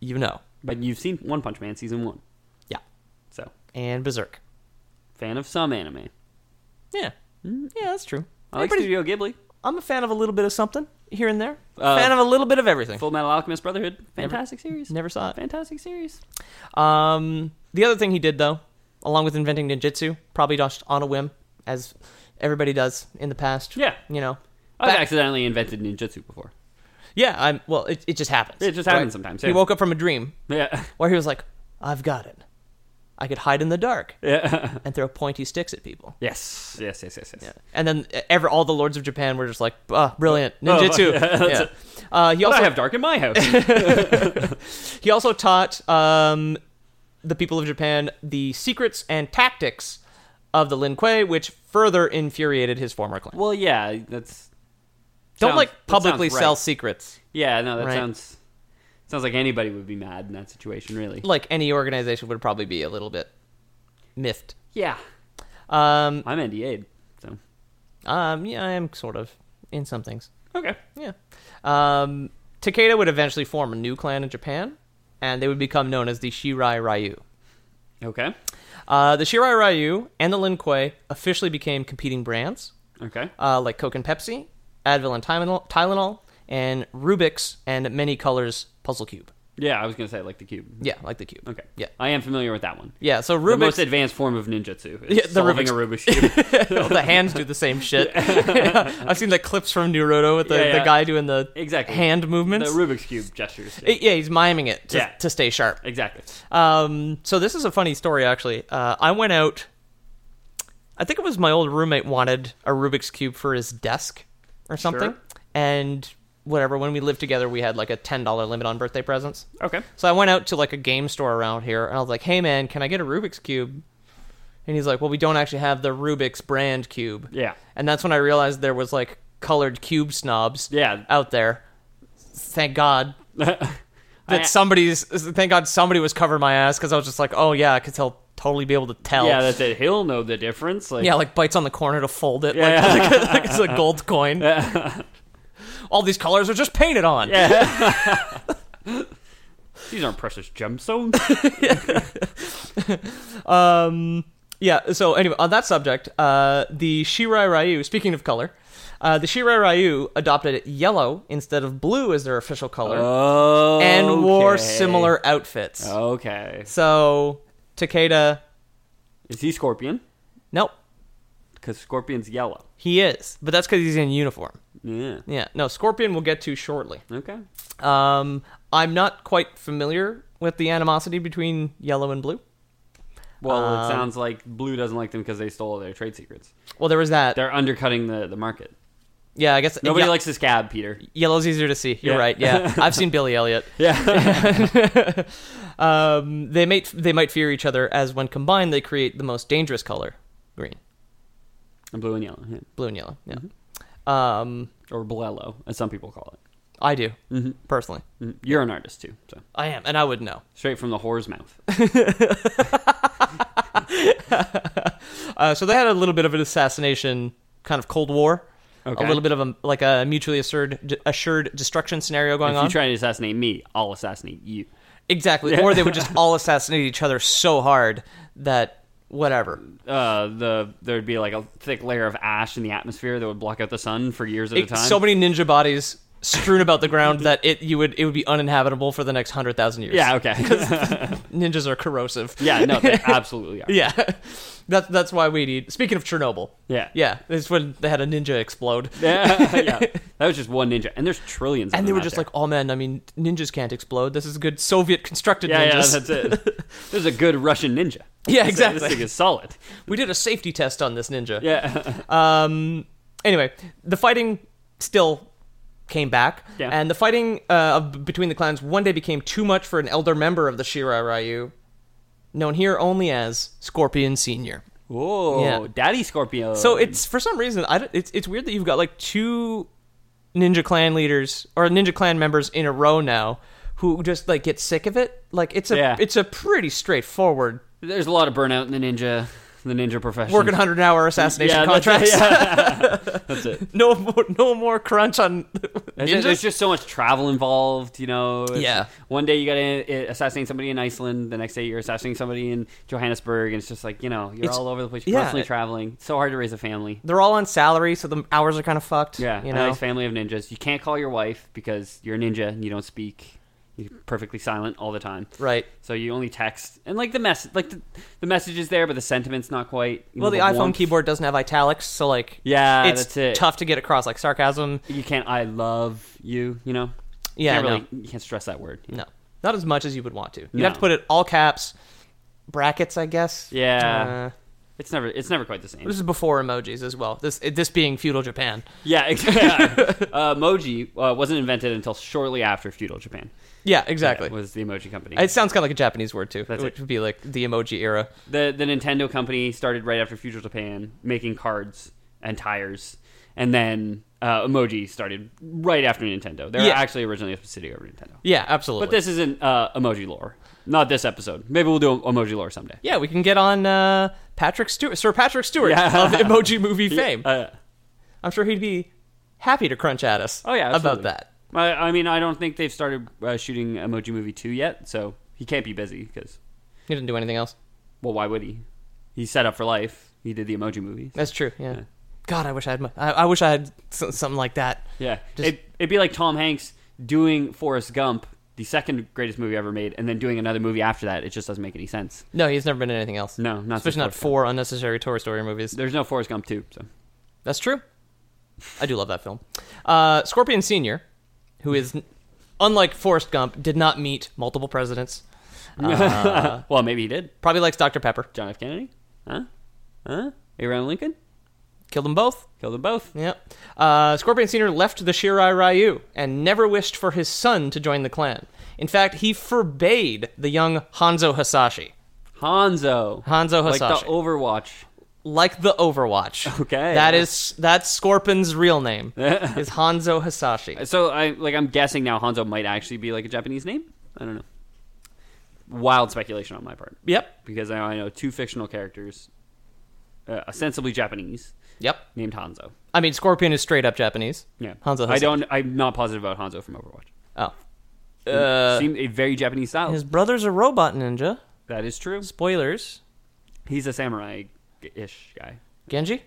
Speaker 2: you know.
Speaker 1: But you've seen One Punch Man season one,
Speaker 2: Yeah.
Speaker 1: so
Speaker 2: And Berserk.
Speaker 1: fan of some anime.
Speaker 2: Yeah. Yeah, that's true.
Speaker 1: Mm. I like
Speaker 2: Everybody's-
Speaker 1: Studio Ghibli,
Speaker 2: I'm a fan of a little bit of something here and there.
Speaker 1: Uh,
Speaker 2: fan of a little bit of everything.
Speaker 1: Full Metal Alchemist Brotherhood, fantastic series.
Speaker 2: Never saw it.
Speaker 1: Fantastic series.
Speaker 2: Um, the other thing he did though, along with inventing ninjutsu, probably just on a whim, as everybody does in the past.
Speaker 1: Yeah.
Speaker 2: you know.
Speaker 1: I've
Speaker 2: Back-
Speaker 1: accidentally invented ninjutsu before.
Speaker 2: yeah, I'm. Well, it, it just happens.
Speaker 1: It just happens sometimes,
Speaker 2: He
Speaker 1: yeah.
Speaker 2: woke up from a dream
Speaker 1: Yeah,
Speaker 2: where he was like, "I've got it. I could hide in the dark
Speaker 1: yeah.
Speaker 2: and throw pointy sticks at people."
Speaker 1: Yes, yes, yes, yes, yes.
Speaker 2: And then ever all the lords of Japan were just like, "Ah, brilliant
Speaker 1: Oh,
Speaker 2: ninjutsu." yeah. Uh, he
Speaker 1: But
Speaker 2: also
Speaker 1: I have dark in my house.
Speaker 2: He also taught um, the people of Japan the secrets and tactics of the Lin Kuei, which further infuriated his former clan.
Speaker 1: well, yeah, that's
Speaker 2: Don't
Speaker 1: sounds-
Speaker 2: like
Speaker 1: that
Speaker 2: publicly
Speaker 1: sounds right.
Speaker 2: sell secrets
Speaker 1: yeah. No, that
Speaker 2: Right.
Speaker 1: sounds sounds like anybody would be mad in that situation, really.
Speaker 2: like any organization would probably be a little bit miffed.
Speaker 1: Yeah,
Speaker 2: Um,
Speaker 1: I'm NDA'd, so
Speaker 2: um, yeah, I am sort of in some things.
Speaker 1: okay.
Speaker 2: Yeah. Um, Takeda would eventually form a new clan in Japan, and they would become known as the Shirai Ryu.
Speaker 1: Okay.
Speaker 2: Uh, the Shirai Ryu and the Lin Kuei officially became competing brands.
Speaker 1: Okay.
Speaker 2: uh, like Coke and Pepsi, Advil and Tylenol, Tylenol, and Rubik's and many colors puzzle cube.
Speaker 1: Yeah, I was gonna say like the cube.
Speaker 2: Yeah, like the cube.
Speaker 1: Okay.
Speaker 2: Yeah.
Speaker 1: I am familiar with that one.
Speaker 2: Yeah. So
Speaker 1: The most
Speaker 2: Rubik's,
Speaker 1: advanced form of ninjutsu. Is
Speaker 2: Yeah, the
Speaker 1: solving
Speaker 2: Rubik's-
Speaker 1: a Rubik's cube.
Speaker 2: the hands do the same shit. I've seen like clips from Naruto with the,
Speaker 1: Yeah, yeah.
Speaker 2: the guy doing the
Speaker 1: Exactly.
Speaker 2: hand
Speaker 1: the
Speaker 2: movements.
Speaker 1: Rubik's cube gestures.
Speaker 2: It- yeah, he's miming it to,
Speaker 1: Yeah.
Speaker 2: to stay sharp.
Speaker 1: Exactly.
Speaker 2: Um, so this is a funny story, actually. Uh, I went out. I think it was my old roommate wanted a Rubik's cube for his desk or something,
Speaker 1: Sure.
Speaker 2: and whatever. When we lived together, we had like a ten dollar limit on birthday presents.
Speaker 1: Okay.
Speaker 2: So I went out to like a game store around here, and I was like, "Hey, man, can I get a Rubik's cube?" And he's like, "Well, we don't actually have the Rubik's brand cube."
Speaker 1: Yeah.
Speaker 2: And that's when I realized there was like colored cube snobs.
Speaker 1: Yeah.
Speaker 2: Out there. Thank God that
Speaker 1: I-
Speaker 2: somebody's. Thank God somebody was covering my ass because I was just like, "Oh yeah, because he'll totally be able to tell."
Speaker 1: Yeah, that's it. He'll know the difference. Like,
Speaker 2: Yeah, like bites on the corner to fold it
Speaker 1: Yeah.
Speaker 2: like, like, it's a gold coin. All these colors are just painted on.
Speaker 1: these aren't precious gemstones.
Speaker 2: Yeah. So anyway, on that subject, uh, the Shirai Ryu. Speaking of color, uh, the Shirai Ryu adopted yellow instead of blue as their official color,
Speaker 1: oh.
Speaker 2: and wore similar outfits.
Speaker 1: Okay.
Speaker 2: So Takeda,
Speaker 1: Is he Scorpion?
Speaker 2: nope.
Speaker 1: because Scorpion's yellow.
Speaker 2: He is, but that's because he's in uniform.
Speaker 1: Yeah.
Speaker 2: Yeah, no, Scorpion we'll get to shortly.
Speaker 1: Okay.
Speaker 2: Um, I'm not quite familiar with the animosity between yellow and blue.
Speaker 1: Well,
Speaker 2: Um,
Speaker 1: it sounds like Blue doesn't like them because they stole all their trade secrets.
Speaker 2: Well, there was that.
Speaker 1: They're undercutting the, the market.
Speaker 2: yeah, I guess
Speaker 1: Nobody
Speaker 2: yeah,
Speaker 1: likes this cab, Peter.
Speaker 2: yellow's easier to see. You're
Speaker 1: Yeah.
Speaker 2: right. Yeah, I've seen Billy Elliot.
Speaker 1: Yeah.
Speaker 2: Um, they might they might fear each other as when combined they create the most dangerous color, green,
Speaker 1: and blue and yellow. Yeah.
Speaker 2: blue and yellow. Yeah,
Speaker 1: Mm-hmm.
Speaker 2: um,
Speaker 1: Or blello, as some people call it.
Speaker 2: I do personally.
Speaker 1: Mhm. You're an artist too, so
Speaker 2: I am, and I would know.
Speaker 1: straight from the whore's mouth.
Speaker 2: Uh, so they had a little bit of an assassination, kind of Cold War,
Speaker 1: Okay.
Speaker 2: a little bit of a like a mutually assured assured destruction scenario going
Speaker 1: if
Speaker 2: on.
Speaker 1: you try to assassinate me, I'll assassinate you.
Speaker 2: Exactly. Or they would just all assassinate each other so hard that whatever.
Speaker 1: Uh, the there'd be like a thick layer of ash in the atmosphere that would block out the sun for years at a
Speaker 2: It-
Speaker 1: time.
Speaker 2: so many ninja bodies strewn about the ground that it you would it would be uninhabitable for the next hundred thousand years.
Speaker 1: yeah, okay,
Speaker 2: Ninjas are corrosive.
Speaker 1: yeah, no, they absolutely are.
Speaker 2: Yeah. That's that's why we need speaking of Chernobyl.
Speaker 1: Yeah.
Speaker 2: Yeah. That's when they had a ninja explode.
Speaker 1: Yeah, yeah. that was just one ninja, and there's trillions. Of
Speaker 2: And they
Speaker 1: them
Speaker 2: were
Speaker 1: out
Speaker 2: just
Speaker 1: there.
Speaker 2: like, Oh man, I mean ninjas can't explode. This is good Soviet constructed
Speaker 1: yeah, yeah,
Speaker 2: ninjas.
Speaker 1: that's it. There's a good Russian ninja.
Speaker 2: Yeah,
Speaker 1: This-
Speaker 2: exactly.
Speaker 1: This thing is solid.
Speaker 2: We did a safety test on this ninja.
Speaker 1: Yeah,
Speaker 2: anyway, the fighting still came back,
Speaker 1: Yeah.
Speaker 2: and the fighting uh, of- between the clans one day became too much for an elder member of the Shira Ryu, known here only as Scorpion Senior.
Speaker 1: whoa,
Speaker 2: Yeah.
Speaker 1: Daddy Scorpio.
Speaker 2: So it's for some reason I don't- it's it's weird that you've got like two ninja clan leaders or ninja clan members in a row now who just like get sick of it. Like it's a
Speaker 1: Yeah.
Speaker 2: it's a pretty straightforward
Speaker 1: there's a lot of burnout in the ninja, the ninja profession.
Speaker 2: working hundred hour assassination
Speaker 1: yeah, that's-
Speaker 2: contracts.
Speaker 1: yeah. that's it.
Speaker 2: no more, no more crunch on
Speaker 1: There's just,
Speaker 2: ninjas.
Speaker 1: there's just so much travel involved, you know. It's-
Speaker 2: Yeah.
Speaker 1: One day you got to assassinate somebody in Iceland. The next day you're assassinating somebody in Johannesburg, and it's just like you know you're
Speaker 2: It's-
Speaker 1: all over the place. You're
Speaker 2: yeah. eh,
Speaker 1: constantly traveling. It's so hard to raise a family.
Speaker 2: they're all on salary, so the hours are kind of fucked.
Speaker 1: Yeah.
Speaker 2: you
Speaker 1: a
Speaker 2: know.
Speaker 1: nice family of ninjas. You can't call your wife because you're a ninja and you don't speak. You're perfectly silent all the time.
Speaker 2: Right.
Speaker 1: So you only text and like the mess like the, the message is there, but the sentiment's not quite. you
Speaker 2: Well,
Speaker 1: know,
Speaker 2: the iPhone
Speaker 1: warmth.
Speaker 2: keyboard doesn't have italics, so like,
Speaker 1: Yeah,
Speaker 2: it's
Speaker 1: that's it.
Speaker 2: tough to get across like sarcasm.
Speaker 1: You can't. I love you. You know. You
Speaker 2: Yeah,
Speaker 1: Can't
Speaker 2: no.
Speaker 1: really, You can't stress that word.
Speaker 2: No, not as much as you would want to. You'd
Speaker 1: No.
Speaker 2: have to put it all caps, brackets, I guess. Uh,
Speaker 1: Yeah. It's never. It's never quite the same.
Speaker 2: this is before emojis as well. This it- this being feudal Japan.
Speaker 1: Yeah, exactly. uh, emoji uh, wasn't invented until shortly after feudal Japan.
Speaker 2: Yeah, exactly.
Speaker 1: was the emoji company.
Speaker 2: It sounds kind of like a Japanese word too,
Speaker 1: That's
Speaker 2: which
Speaker 1: it.
Speaker 2: would be like the emoji era.
Speaker 1: the the Nintendo company started right after feudal Japan, making cards and tires, and then uh, emoji started right after Nintendo. They were
Speaker 2: Yeah.
Speaker 1: actually originally a subsidiary of Nintendo.
Speaker 2: Yeah, absolutely.
Speaker 1: But this isn't uh, emoji lore. Not this episode. Maybe we'll do emoji lore someday.
Speaker 2: yeah, we can get on uh, Patrick Stewart, Sir Patrick Stewart of emoji movie fame.
Speaker 1: Uh,
Speaker 2: I'm sure he'd be happy to crunch at us.
Speaker 1: oh yeah,
Speaker 2: about
Speaker 1: absolutely.
Speaker 2: that.
Speaker 1: I, I mean, I don't think they've started uh, shooting Emoji Movie two yet, so he can't be busy because
Speaker 2: He didn't do anything else.
Speaker 1: well, why would he? He's set up for life. He did the Emoji Movie.
Speaker 2: That's true. Yeah. God, I wish I had. My, I, I wish I had so- something like that.
Speaker 1: Yeah,
Speaker 2: Just-
Speaker 1: it, it'd be like Tom Hanks doing Forrest Gump, the second greatest movie ever made, and then doing another movie after that. It just doesn't make any sense.
Speaker 2: No, he's never been in anything else.
Speaker 1: No, not
Speaker 2: especially
Speaker 1: since
Speaker 2: not
Speaker 1: Forrest
Speaker 2: four unnecessary Toy Story movies.
Speaker 1: There's no Forrest Gump two. So
Speaker 2: That's true. I do love that film. Uh, Scorpion Senior, who is unlike Forrest Gump, did not meet multiple presidents. Uh-huh.
Speaker 1: well, maybe he did.
Speaker 2: Probably likes Dr Pepper.
Speaker 1: John F. Kennedy, huh? Huh? Abraham Lincoln
Speaker 2: Killed them both.
Speaker 1: killed them both.
Speaker 2: Yep. Uh, Scorpion Senior left the Shirai Ryu and never wished for his son to join the clan. In fact, he forbade the young Hanzo Hasashi,
Speaker 1: Hanzo,
Speaker 2: Hanzo
Speaker 1: like the
Speaker 2: Hasashi.
Speaker 1: Overwatch.
Speaker 2: like the Overwatch.
Speaker 1: Okay.
Speaker 2: That is that's Scorpion's real name. is Hanzo Hasashi.
Speaker 1: So I like. I'm guessing now Hanzo might actually be like a Japanese name. I don't know. Wild speculation on my part
Speaker 2: Yep.
Speaker 1: because I I know two fictional characters, uh, ostensibly Japanese,
Speaker 2: Yep.
Speaker 1: named Hanzo.
Speaker 2: I mean Scorpion is straight up Japanese.
Speaker 1: Yeah,
Speaker 2: Hanzo Hasashi.
Speaker 1: I don't. I'm not positive about Hanzo from Overwatch.
Speaker 2: Oh.
Speaker 1: Seemed a very Japanese style.
Speaker 2: Uh, His brother's a robot ninja.
Speaker 1: that is true.
Speaker 2: Spoilers.
Speaker 1: He's a samurai-ish guy.
Speaker 2: Genji?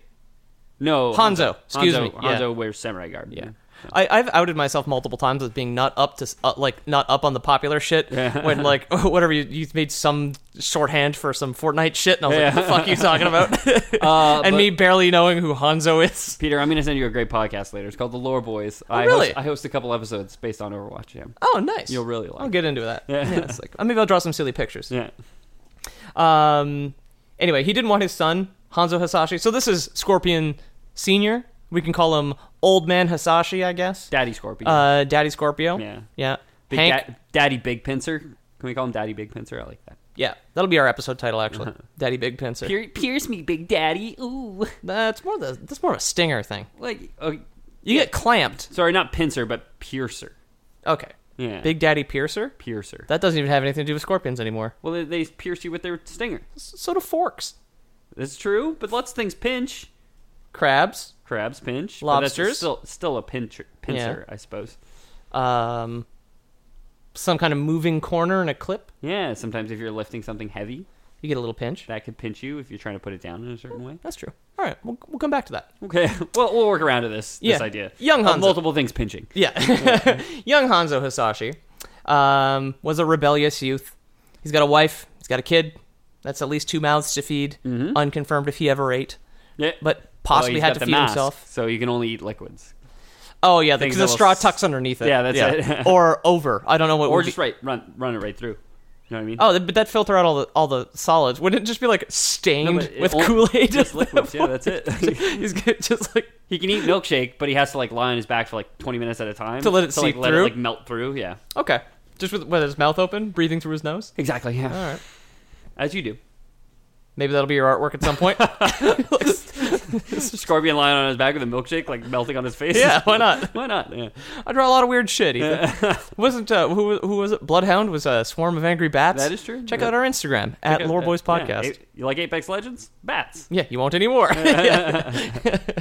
Speaker 1: No,
Speaker 2: Hanzo. Excuse
Speaker 1: Hanzo,
Speaker 2: me.
Speaker 1: Hanzo
Speaker 2: Yeah.
Speaker 1: wears samurai garb. Yeah.
Speaker 2: I, I've outed myself multiple times as being not up to s- uh, like not up on the popular shit. When like whatever you you made some shorthand for some Fortnite shit, and I was like, "What the fuck are you talking about?"
Speaker 1: Uh,
Speaker 2: and me barely knowing who Hanzo is.
Speaker 1: Peter, I'm going to send you a great podcast later. It's called The Lore Boys. I
Speaker 2: Oh, really?
Speaker 1: Host, I host a couple episodes based on Overwatch. Yeah.
Speaker 2: Oh, nice.
Speaker 1: You'll really like
Speaker 2: I'll
Speaker 1: it.
Speaker 2: get into that. Yeah, it's like, uh, maybe I'll draw some silly pictures.
Speaker 1: Yeah.
Speaker 2: Um. Anyway, he didn't want his son Hanzo Hasashi. So this is Scorpion Senior. We can call him Old Man Hasashi, I guess.
Speaker 1: Daddy Scorpion.
Speaker 2: Uh, Daddy Scorpio.
Speaker 1: Yeah.
Speaker 2: Yeah.
Speaker 1: Big
Speaker 2: Hank.
Speaker 1: Da- Daddy Big Pincer. Can we call him Daddy Big Pincer? I like that.
Speaker 2: yeah, that'll be our episode title actually. Daddy Big Pincer.
Speaker 1: Pier- pierce me, Big Daddy. Ooh.
Speaker 2: That's more the that's more of a stinger thing.
Speaker 1: Like, okay.
Speaker 2: You get clamped.
Speaker 1: sorry, not pincer, but piercer.
Speaker 2: Okay.
Speaker 1: Yeah.
Speaker 2: Big Daddy Piercer.
Speaker 1: piercer.
Speaker 2: That doesn't even have anything to do with scorpions anymore.
Speaker 1: well, they, they pierce you with their stinger.
Speaker 2: S- So do forks,
Speaker 1: That's true, but lots of things pinch.
Speaker 2: crabs,
Speaker 1: Crabs pinch. but that's
Speaker 2: Lobsters?
Speaker 1: still, still a pincher, pincer, I suppose.
Speaker 2: um, some kind of moving corner and a clip.
Speaker 1: Yeah, sometimes if you're lifting something heavy,
Speaker 2: You get a little pinch.
Speaker 1: that could pinch you if you're trying to put it down in a certain way.
Speaker 2: That's true. All right, we'll, we'll come back to that.
Speaker 1: Okay, well, we'll work around to this this
Speaker 2: Yeah.
Speaker 1: idea.
Speaker 2: Young
Speaker 1: Of
Speaker 2: Hanzo.
Speaker 1: multiple things pinching.
Speaker 2: Yeah. Young Hanzo Hisashi um, was a rebellious youth. He's got a wife, he's got a kid. That's at least two mouths to feed. Unconfirmed if he ever ate,
Speaker 1: Yeah,
Speaker 2: but
Speaker 1: Mm-hmm. Well,
Speaker 2: possibly
Speaker 1: he's
Speaker 2: had
Speaker 1: got
Speaker 2: to
Speaker 1: the
Speaker 2: feed
Speaker 1: mask,
Speaker 2: himself.
Speaker 1: So you can only eat liquids,
Speaker 2: Oh, yeah, because
Speaker 1: Things
Speaker 2: the,
Speaker 1: that will
Speaker 2: straw
Speaker 1: s-
Speaker 2: tucks underneath it.
Speaker 1: Yeah, that's it.
Speaker 2: or over. I don't know what
Speaker 1: or
Speaker 2: would
Speaker 1: just
Speaker 2: be-
Speaker 1: right run run it right through. You know what I mean?
Speaker 2: Oh, th- but that filter out all the all the solids. Wouldn't it just be like stained
Speaker 1: but it
Speaker 2: with
Speaker 1: only-
Speaker 2: Kool Aid?
Speaker 1: just liquids. Yeah, that's it.
Speaker 2: He's gonna just like
Speaker 1: he can eat milkshake, but he has to like lie on his back for like twenty minutes at a time
Speaker 2: To let it
Speaker 1: like,
Speaker 2: seep
Speaker 1: let
Speaker 2: through?
Speaker 1: it, like melt through. Yeah,
Speaker 2: okay, just with, with his mouth open, breathing through his nose.
Speaker 1: exactly. Yeah,
Speaker 2: All right.
Speaker 1: as you do.
Speaker 2: Maybe that'll be your artwork at some point.
Speaker 1: Scorpion lying on his back with a milkshake, like melting on his face.
Speaker 2: Yeah, why not?
Speaker 1: why not? Yeah.
Speaker 2: I draw a lot of weird shit. Ethan. Wasn't uh, who who was it? Bloodhound was a swarm of angry bats.
Speaker 1: That is true.
Speaker 2: Check
Speaker 1: Yeah.
Speaker 2: out our Instagram at Lore Boys
Speaker 1: Yeah,
Speaker 2: Podcast. Yeah,
Speaker 1: A- You like Apex Legends? Bats.
Speaker 2: you won't anymore. Yeah.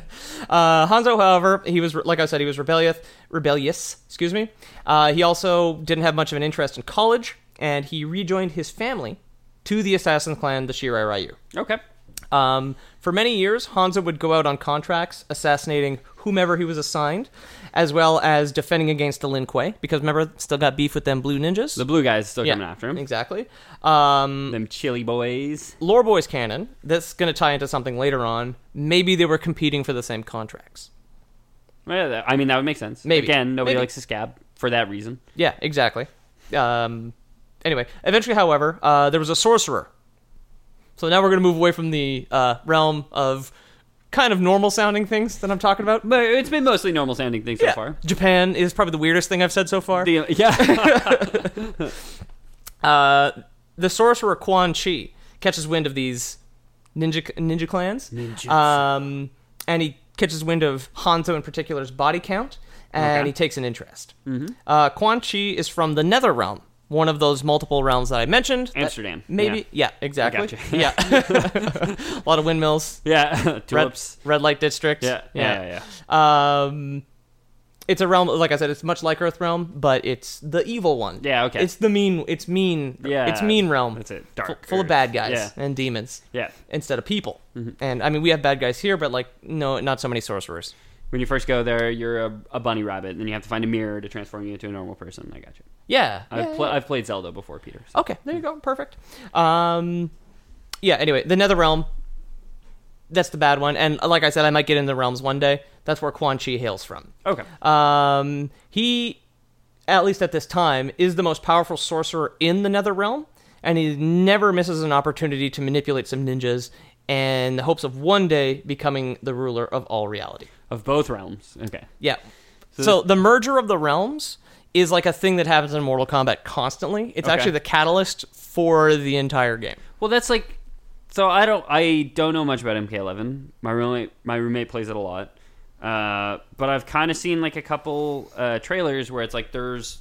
Speaker 2: uh, Hanzo, however, he was re- like I said, he was rebellious. Rebellious, excuse me. Uh, he also didn't have much of an interest in college, and he rejoined his family to the assassin clan, the Shirai Ryu.
Speaker 1: Okay.
Speaker 2: Um, for many years, Hanzo would go out on contracts, assassinating whomever he was assigned, as well as defending against the Lin Kuei, because remember, still got beef with them blue ninjas.
Speaker 1: The blue guys still coming after him.
Speaker 2: Exactly. Um,
Speaker 1: Them chili boys.
Speaker 2: Lore Boys canon, that's going to tie into something later on. Maybe they were competing for the same contracts.
Speaker 1: Yeah, that- I mean, that would make sense.
Speaker 2: Maybe.
Speaker 1: Again, nobody
Speaker 2: Maybe.
Speaker 1: likes to scab for that reason.
Speaker 2: Yeah, exactly. Um, anyway, eventually, however, uh, there was a sorcerer. So now we're going to move away from the uh, realm of kind of normal sounding things that I'm talking about.
Speaker 1: But it's been mostly normal sounding things so far.
Speaker 2: Japan is probably the weirdest thing I've said so far.
Speaker 1: The- yeah.
Speaker 2: Uh, the sorcerer Quan Chi catches wind of these ninja ninja clans, um, and he catches wind of Hanzo in particular's body count, and
Speaker 1: Okay. Mm-hmm.
Speaker 2: he takes an interest. Uh, Quan Chi is from the Nether Realm, one of those multiple realms that I mentioned. that
Speaker 1: Amsterdam,
Speaker 2: maybe. Yeah, exactly.
Speaker 1: gotcha.
Speaker 2: Yeah, a lot of windmills.
Speaker 1: yeah.
Speaker 2: Red,
Speaker 1: Tulips.
Speaker 2: red light district.
Speaker 1: Yeah. Yeah. Yeah.
Speaker 2: Um, it's a realm, like I said, it's much like Earth Realm, but it's the evil one.
Speaker 1: Yeah, okay.
Speaker 2: It's the mean. It's mean.
Speaker 1: Yeah,
Speaker 2: It's mean realm.
Speaker 1: that's it.
Speaker 2: Fu-
Speaker 1: Dark
Speaker 2: full of
Speaker 1: Earth.
Speaker 2: bad guys
Speaker 1: Yeah.
Speaker 2: and demons.
Speaker 1: Yeah. Mm-hmm.
Speaker 2: Instead of people. And I mean, we have bad guys here, but like, no, not so many sorcerers.
Speaker 1: When you first go there, you're a, a bunny rabbit, and then you have to find a mirror to transform you into a normal person. I got you.
Speaker 2: Yeah.
Speaker 1: I've,
Speaker 2: yeah,
Speaker 1: pl-
Speaker 2: yeah.
Speaker 1: I've played Zelda before, Peter. so-
Speaker 2: Okay. There you go. Perfect. Um, yeah. Anyway, the Nether Realm. That's the bad one, and like I said, I might get into the realms one day. That's where Quan Chi hails from.
Speaker 1: Okay.
Speaker 2: Um, he, at least at this time, is the most powerful sorcerer in the Nether Realm, and he never misses an opportunity to manipulate some ninjas in the hopes of one day becoming the ruler of all reality.
Speaker 1: of both realms. Okay.
Speaker 2: Yeah. So, the merger of the realms is like a thing that happens in Mortal Kombat constantly. It's
Speaker 1: Okay.
Speaker 2: actually the catalyst for the entire game.
Speaker 1: Well, that's like. So I don't. I don't know much about MK11. My roommate. My roommate plays it a lot. Uh, but I've kind of seen like a couple uh, trailers where it's like there's,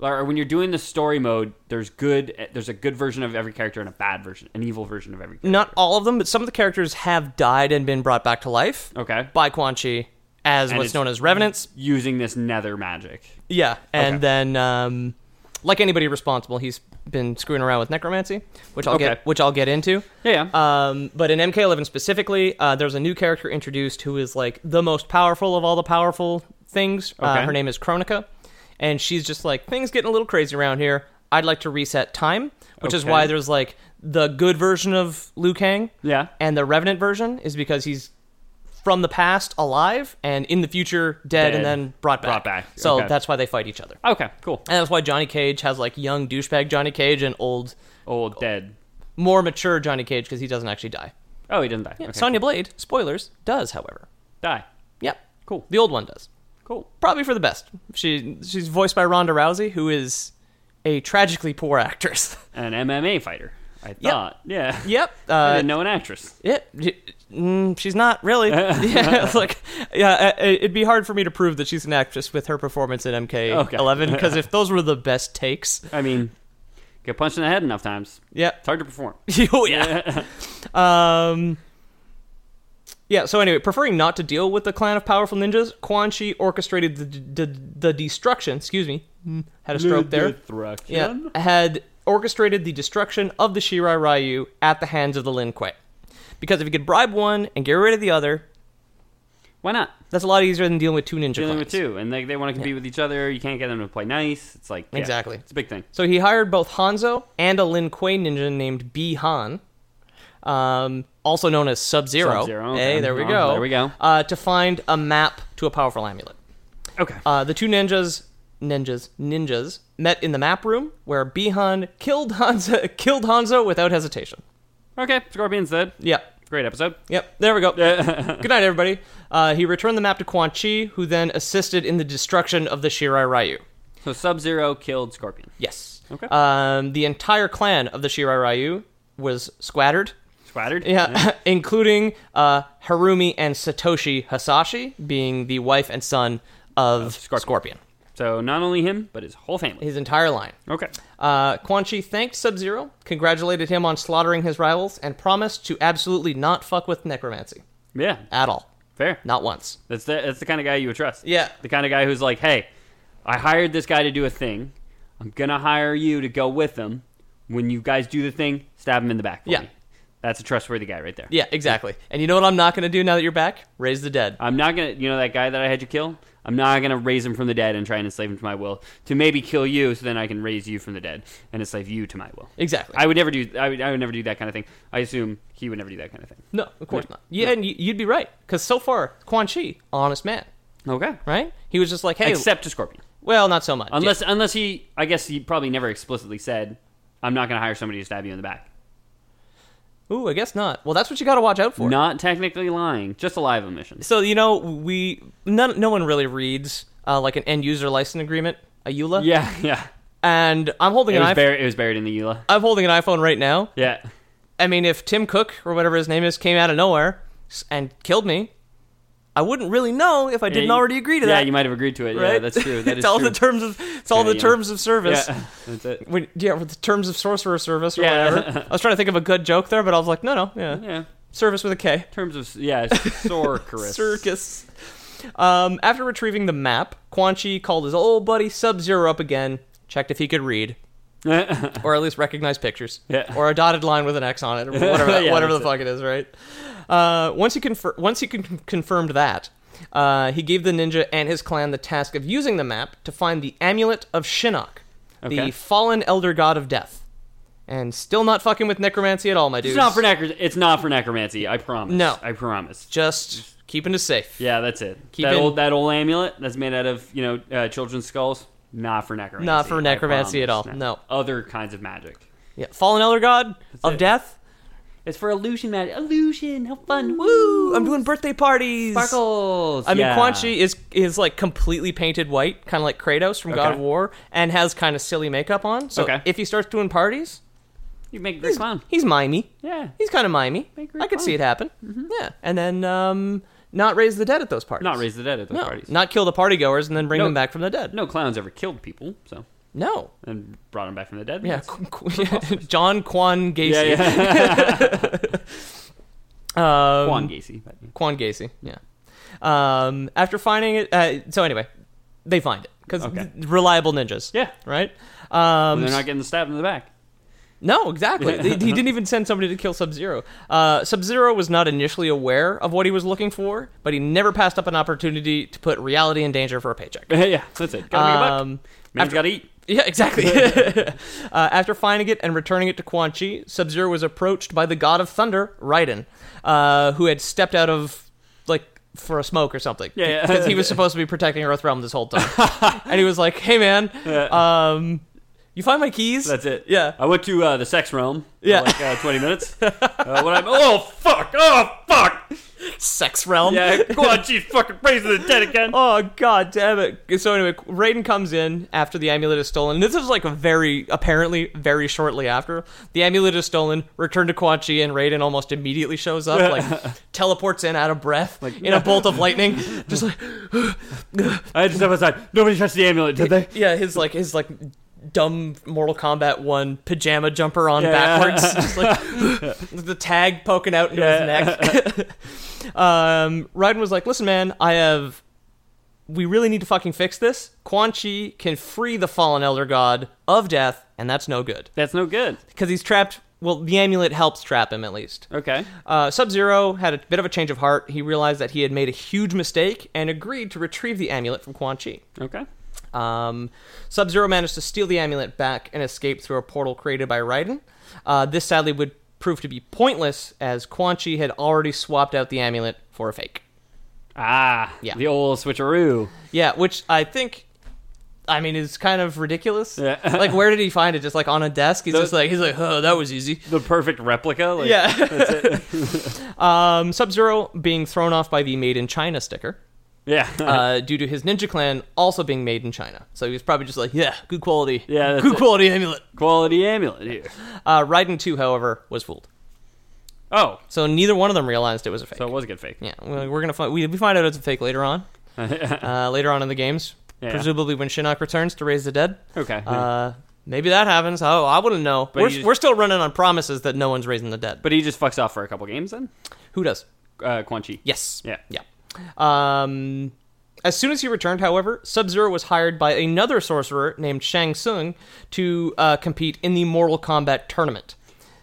Speaker 1: or when you're doing the story mode, there's good. There's a good version of every character and a bad version, an evil version of every. Character.
Speaker 2: Not all of them, but some of the characters have died and been brought back to life
Speaker 1: Okay.
Speaker 2: by Quan Chi as
Speaker 1: And
Speaker 2: what's
Speaker 1: it's-
Speaker 2: known as revenants.
Speaker 1: Using this nether magic.
Speaker 2: Yeah, and
Speaker 1: Okay.
Speaker 2: then um, like anybody responsible, he's been screwing around with necromancy, which I'll
Speaker 1: Okay.
Speaker 2: get which I'll get into.
Speaker 1: Yeah,
Speaker 2: Um, but in uh, MK11 specifically, uh, there's a new character introduced who is like the most powerful of all the powerful things. Uh,
Speaker 1: Okay.
Speaker 2: her name is Kronika, and she's just like things getting a little crazy around here. I'd like to reset time, which is
Speaker 1: Okay.
Speaker 2: why there's like the good version of Liu Kang,
Speaker 1: Yeah.
Speaker 2: and the Revenant version is because he's from the past alive and in the future dead, and
Speaker 1: Dead.
Speaker 2: then brought back.
Speaker 1: Brought back.
Speaker 2: So
Speaker 1: Okay.
Speaker 2: that's why they fight each other.
Speaker 1: Okay, cool.
Speaker 2: And that's why Johnny Cage has like young douchebag Johnny Cage and old,
Speaker 1: Old dead.
Speaker 2: more mature Johnny Cage because he doesn't actually die.
Speaker 1: Oh, he doesn't die. okay,
Speaker 2: Sonya Blade, spoilers, does, however.
Speaker 1: cool. die.
Speaker 2: Yep.
Speaker 1: Cool.
Speaker 2: The old one does.
Speaker 1: Cool.
Speaker 2: Probably for the best. She she's voiced by Ronda Rousey, who is a tragically poor actress.
Speaker 1: An MMA fighter. I thought. Yeah.
Speaker 2: yep.
Speaker 1: I
Speaker 2: Uh,
Speaker 1: didn't know an actress.
Speaker 2: it, mm, she's not really. yeah, like, yeah, uh, it'd be hard for me to prove that she's an actress with her performance in MK11
Speaker 1: Okay.
Speaker 2: because if those were the best takes,
Speaker 1: I mean, get punched in the head enough times.
Speaker 2: yep,
Speaker 1: It's hard to perform.
Speaker 2: oh yeah. um. Yeah. So anyway, preferring not to deal with the clan of powerful ninjas, Quan Chi orchestrated the the, the destruction. Excuse me, Hmm, had a
Speaker 1: Mm.
Speaker 2: stroke there. Yeah, had orchestrated the destruction of the Shirai Ryu at the hands of the Lin Kuei, because if you could bribe one and get rid of the other,
Speaker 1: Why not?
Speaker 2: that's a lot easier than dealing with two ninja
Speaker 1: Dealing
Speaker 2: clans.
Speaker 1: with two, and they, they want to compete with each other. You can't get them to play nice. It's like yeah,
Speaker 2: Exactly.
Speaker 1: It's a big thing.
Speaker 2: So he hired both Hanzo and a Lin Kuei ninja named B Han, um, also known as Sub Zero.
Speaker 1: Sub-Zero,
Speaker 2: Hey,
Speaker 1: okay.
Speaker 2: there we
Speaker 1: Oh,
Speaker 2: go.
Speaker 1: there we go.
Speaker 2: Uh, to find a map to a powerful amulet.
Speaker 1: Okay.
Speaker 2: Uh, the two ninjas, ninjas, ninjas met in the map room where B Han killed Hanzo, killed Hanzo without hesitation.
Speaker 1: okay. Scorpions dead.
Speaker 2: Yep.
Speaker 1: Great episode.
Speaker 2: Yep, there we go. Good night, everybody. Uh, he returned the map to Quan Chi, who then assisted in the destruction of the Shirai Ryu.
Speaker 1: So Sub Zero killed Scorpion.
Speaker 2: Yes.
Speaker 1: Okay.
Speaker 2: Um, the entire clan of the Shirai Ryu was squattered.
Speaker 1: Splattered.
Speaker 2: Yeah, including uh, Harumi and Satoshi Hasashi, being the wife and son of Scorpion.
Speaker 1: So not only him, but his whole family.
Speaker 2: His entire line.
Speaker 1: Okay.
Speaker 2: Uh, Quan Chi thanked Sub Zero, congratulated him on slaughtering his rivals, and promised to absolutely not fuck with necromancy
Speaker 1: Yeah.
Speaker 2: at all.
Speaker 1: Fair.
Speaker 2: Not once.
Speaker 1: That's the that's the kind of guy you would trust.
Speaker 2: Yeah.
Speaker 1: The kind of guy who's like, hey, I hired this guy to do a thing. I'm gonna hire you to go with him. When you guys do the thing, stab him in the back. For
Speaker 2: Yeah.
Speaker 1: Me. That's a trustworthy guy right there.
Speaker 2: Yeah, exactly. And you know what I'm not going to do now that you're back? Raise the dead.
Speaker 1: I'm not gonna, you know, that guy that I had you kill. I'm not gonna raise him from the dead and try and enslave him to my will to maybe kill you, so then I can raise you from the dead and enslave you to my will.
Speaker 2: Exactly.
Speaker 1: I would never do. I would, I would never do that kind of thing. I assume he would never do that kind of thing.
Speaker 2: no, of course not. Yeah, and y- you'd be right. Because so far, Quan Chi, honest man,
Speaker 1: Okay.
Speaker 2: right? He was just like, hey,
Speaker 1: Except to Scorpion.
Speaker 2: well, not so much.
Speaker 1: Unless unless he I guess he probably never explicitly said, I'm not gonna hire somebody to stab you in the back.
Speaker 2: Yeah. Ooh, I guess not. Well, that's what you got to watch out for.
Speaker 1: Not technically lying, just a live omission.
Speaker 2: So, you know, we none, no one really reads uh, like an end user license agreement, a EULA.
Speaker 1: Yeah, yeah.
Speaker 2: And I'm holding
Speaker 1: It
Speaker 2: an
Speaker 1: was,
Speaker 2: iPhone.
Speaker 1: buried, it was buried in the EULA.
Speaker 2: I'm holding an iPhone right now.
Speaker 1: Yeah.
Speaker 2: I mean, if Tim Cook or whatever his name is came out of nowhere s- and killed me, I wouldn't really know if I didn't already agree to
Speaker 1: yeah,
Speaker 2: that.
Speaker 1: you might have agreed to it.
Speaker 2: right?
Speaker 1: Yeah, that's true. That is
Speaker 2: it's all
Speaker 1: true.
Speaker 2: the terms of it's all
Speaker 1: Yeah,
Speaker 2: the
Speaker 1: yeah.
Speaker 2: terms of service.
Speaker 1: Yeah, that's it.
Speaker 2: When, yeah, with the terms of sorcerer service or
Speaker 1: Yeah.
Speaker 2: whatever. I was trying to think of a good joke there, but I was like, no, no, yeah,
Speaker 1: Yeah.
Speaker 2: service with a K.
Speaker 1: Terms of yeah, sorceress.
Speaker 2: Circus. Um, after retrieving the map, Quan Chi called his old buddy Sub Zero up again, checked if he could read,
Speaker 1: yeah.
Speaker 2: or at least recognize pictures,
Speaker 1: Yeah.
Speaker 2: or a dotted line with an X on it, or whatever, that-
Speaker 1: Yeah,
Speaker 2: whatever the
Speaker 1: that's
Speaker 2: fuck it is, right? Uh, once he confir- once he con- confirmed that, uh, he gave the ninja and his clan the task of using the map to find the amulet of Shinnok, the
Speaker 1: Okay.
Speaker 2: fallen elder god of death, and still not fucking with necromancy at all, my dude.
Speaker 1: It's not for necro- it's not for necromancy, I promise.
Speaker 2: No.
Speaker 1: I promise.
Speaker 2: Just keeping it safe.
Speaker 1: Yeah, that's it.
Speaker 2: Keep
Speaker 1: that
Speaker 2: in-
Speaker 1: old that old amulet that's made out of you know uh, children's skulls. Not for necromancy.
Speaker 2: Not for
Speaker 1: I
Speaker 2: necromancy at
Speaker 1: promise.
Speaker 2: all, no.
Speaker 1: other kinds of magic.
Speaker 2: Yeah, fallen elder god of
Speaker 1: it.
Speaker 2: death.
Speaker 1: It's for illusion magic. Illusion. How fun.
Speaker 2: Woo! I'm doing birthday parties.
Speaker 1: Sparkles.
Speaker 2: I mean,
Speaker 1: Yeah.
Speaker 2: Quan Chi is is like completely painted white, kind of like Kratos from God
Speaker 1: Okay.
Speaker 2: of War, and has kind of silly makeup on. So
Speaker 1: Okay.
Speaker 2: if he starts doing parties,
Speaker 1: You make a great clown.
Speaker 2: he's mimey.
Speaker 1: Yeah.
Speaker 2: He's kind of mimey.
Speaker 1: Make her
Speaker 2: I could see it
Speaker 1: fun.
Speaker 2: happen. Yeah, and then um, not raise the dead at those parties.
Speaker 1: Not raise the dead at those
Speaker 2: no,
Speaker 1: parties.
Speaker 2: not kill the party goers and then bring
Speaker 1: No.
Speaker 2: them back from the dead.
Speaker 1: no clowns ever killed people, so
Speaker 2: no.
Speaker 1: and brought them back from the dead.
Speaker 2: Yeah,
Speaker 1: That's-
Speaker 2: Qu- Qu- John Quan Gacy.
Speaker 1: yeah, yeah.
Speaker 2: Um,
Speaker 1: Quan Gacy. but-
Speaker 2: Quan Gacy. Yeah. Um, after finding it, uh, so anyway, they find it because
Speaker 1: Okay.
Speaker 2: reliable ninjas.
Speaker 1: Yeah.
Speaker 2: Right. Um,
Speaker 1: They're not getting stabbed in the back.
Speaker 2: No, exactly. he he didn't even send somebody to kill Sub Zero. Uh, Sub Zero was not initially aware of what he was looking for, but he never passed up an opportunity to put reality in danger for a paycheck.
Speaker 1: yeah, that's it. Gotta make a buck.
Speaker 2: Um,
Speaker 1: Man's gotta eat.
Speaker 2: Yeah, exactly. uh, after finding it and returning it to Quan Chi, Sub Zero was approached by the god of thunder, Raiden, uh, who had stepped out of, like, for a smoke or something.
Speaker 1: Yeah, yeah.
Speaker 2: Because he was supposed to be protecting Earthrealm this whole time. and he was like, hey, man, um, you find my keys?
Speaker 1: That's it.
Speaker 2: Yeah.
Speaker 1: I went to uh, the sex realm. For
Speaker 2: Yeah.
Speaker 1: like uh, twenty minutes. uh, when I'm oh fuck oh fuck
Speaker 2: Sex realm.
Speaker 1: yeah Quan Chi's fucking praising the dead again.
Speaker 2: Oh god damn it! So anyway, Raiden comes in after the amulet is stolen. This is like a very apparently very shortly after the amulet is stolen. Returned to Quan Chi and Raiden almost immediately shows up, like teleports in out of breath in a bolt of lightning. Just like
Speaker 1: I had to step aside. Nobody touched the amulet, did they?
Speaker 2: yeah, his like his like dumb Mortal Kombat one pajama jumper on
Speaker 1: Yeah.
Speaker 2: backwards, just like the tag poking out into his neck. um, Raiden was like, "Listen, man, I have we really need to fucking fix this. Quan Chi can free the fallen Elder God of death, and that's no good.
Speaker 1: That's no good.
Speaker 2: Because he's trapped. Well, the amulet helps trap him, at least.
Speaker 1: Okay.
Speaker 2: Uh, Sub Zero had a bit of a change of heart. He realized that he had made a huge mistake and agreed to retrieve the amulet from Quan Chi.
Speaker 1: Okay.
Speaker 2: Um, Sub Zero managed to steal the amulet back and escape through a portal created by Raiden. Uh, this sadly would prove to be pointless, as Quan Chi had already swapped out the amulet for a fake.
Speaker 1: Ah,
Speaker 2: Yeah.
Speaker 1: the old switcheroo.
Speaker 2: Yeah, which I think, I mean, is kind of ridiculous.
Speaker 1: Yeah.
Speaker 2: like, where did he find it? Just like on a desk? He's
Speaker 1: The-
Speaker 2: just like, he's like, oh, that was easy.
Speaker 1: The perfect replica. Like,
Speaker 2: Yeah. um, Sub Zero being thrown off by the Made in China sticker.
Speaker 1: Yeah.
Speaker 2: Uh, due to his ninja clan also being made in China, so he was probably just like, "Yeah, good quality,
Speaker 1: Yeah, that's
Speaker 2: good
Speaker 1: it.
Speaker 2: quality amulet."
Speaker 1: Quality amulet here.
Speaker 2: Uh, Raiden Two, however, was fooled,
Speaker 1: Oh,
Speaker 2: so neither one of them realized it was a fake.
Speaker 1: so it was a good fake.
Speaker 2: Yeah, well, we're gonna find we, we find out it's a fake later on, uh, later on in the games,
Speaker 1: Yeah.
Speaker 2: presumably when Shinnok returns to raise the dead.
Speaker 1: Okay.
Speaker 2: Uh, maybe that happens. Oh, I wouldn't know.
Speaker 1: But
Speaker 2: We're,
Speaker 1: you just-
Speaker 2: we're still running on promises that no one's raising the dead. But
Speaker 1: But he just fucks off for a couple games then?
Speaker 2: who does?
Speaker 1: Uh, Quan Chi.
Speaker 2: Yes.
Speaker 1: Yeah.
Speaker 2: Yeah. Um, as soon as he returned, however, Sub Zero was hired by another sorcerer named Shang Tsung to uh, compete in the Mortal Kombat tournament.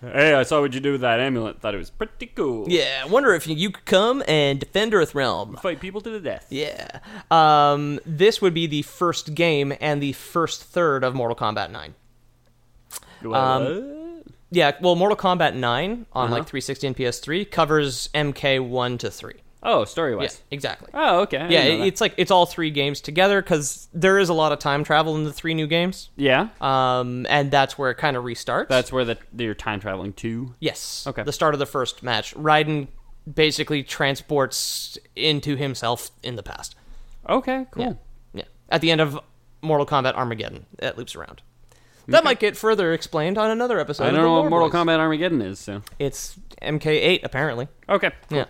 Speaker 1: Hey, I saw what you did with that amulet. Thought it was pretty cool.
Speaker 2: Yeah, I wonder if you could come and defend Earthrealm.
Speaker 1: Fight people to the death.
Speaker 2: Yeah. Um, this would be the first game and the first third of Mortal Kombat 9.
Speaker 1: Um,
Speaker 2: Yeah, well, Mortal Kombat 9 on
Speaker 1: Uh-huh.
Speaker 2: like 360 and PS3 covers MK 1 to 3.
Speaker 1: oh, story wise.
Speaker 2: Yeah, exactly.
Speaker 1: Oh, okay. I
Speaker 2: yeah,
Speaker 1: didn't know that.
Speaker 2: it's like it's all three games together because there is a lot of time travel in the three new games.
Speaker 1: yeah.
Speaker 2: Um, and that's where it kind of restarts.
Speaker 1: That's where the you're time traveling to.
Speaker 2: yes.
Speaker 1: Okay.
Speaker 2: The start of the first match, Raiden basically transports into himself in the past.
Speaker 1: Okay, cool.
Speaker 2: Yeah. Yeah. At the end of Mortal Kombat Armageddon, that loops around. That might get further explained on another episode.
Speaker 1: I don't
Speaker 2: of the
Speaker 1: know
Speaker 2: Lore
Speaker 1: what Mortal
Speaker 2: Boys.
Speaker 1: Kombat Armageddon is. So
Speaker 2: It's MK8 apparently.
Speaker 1: okay.
Speaker 2: Yeah.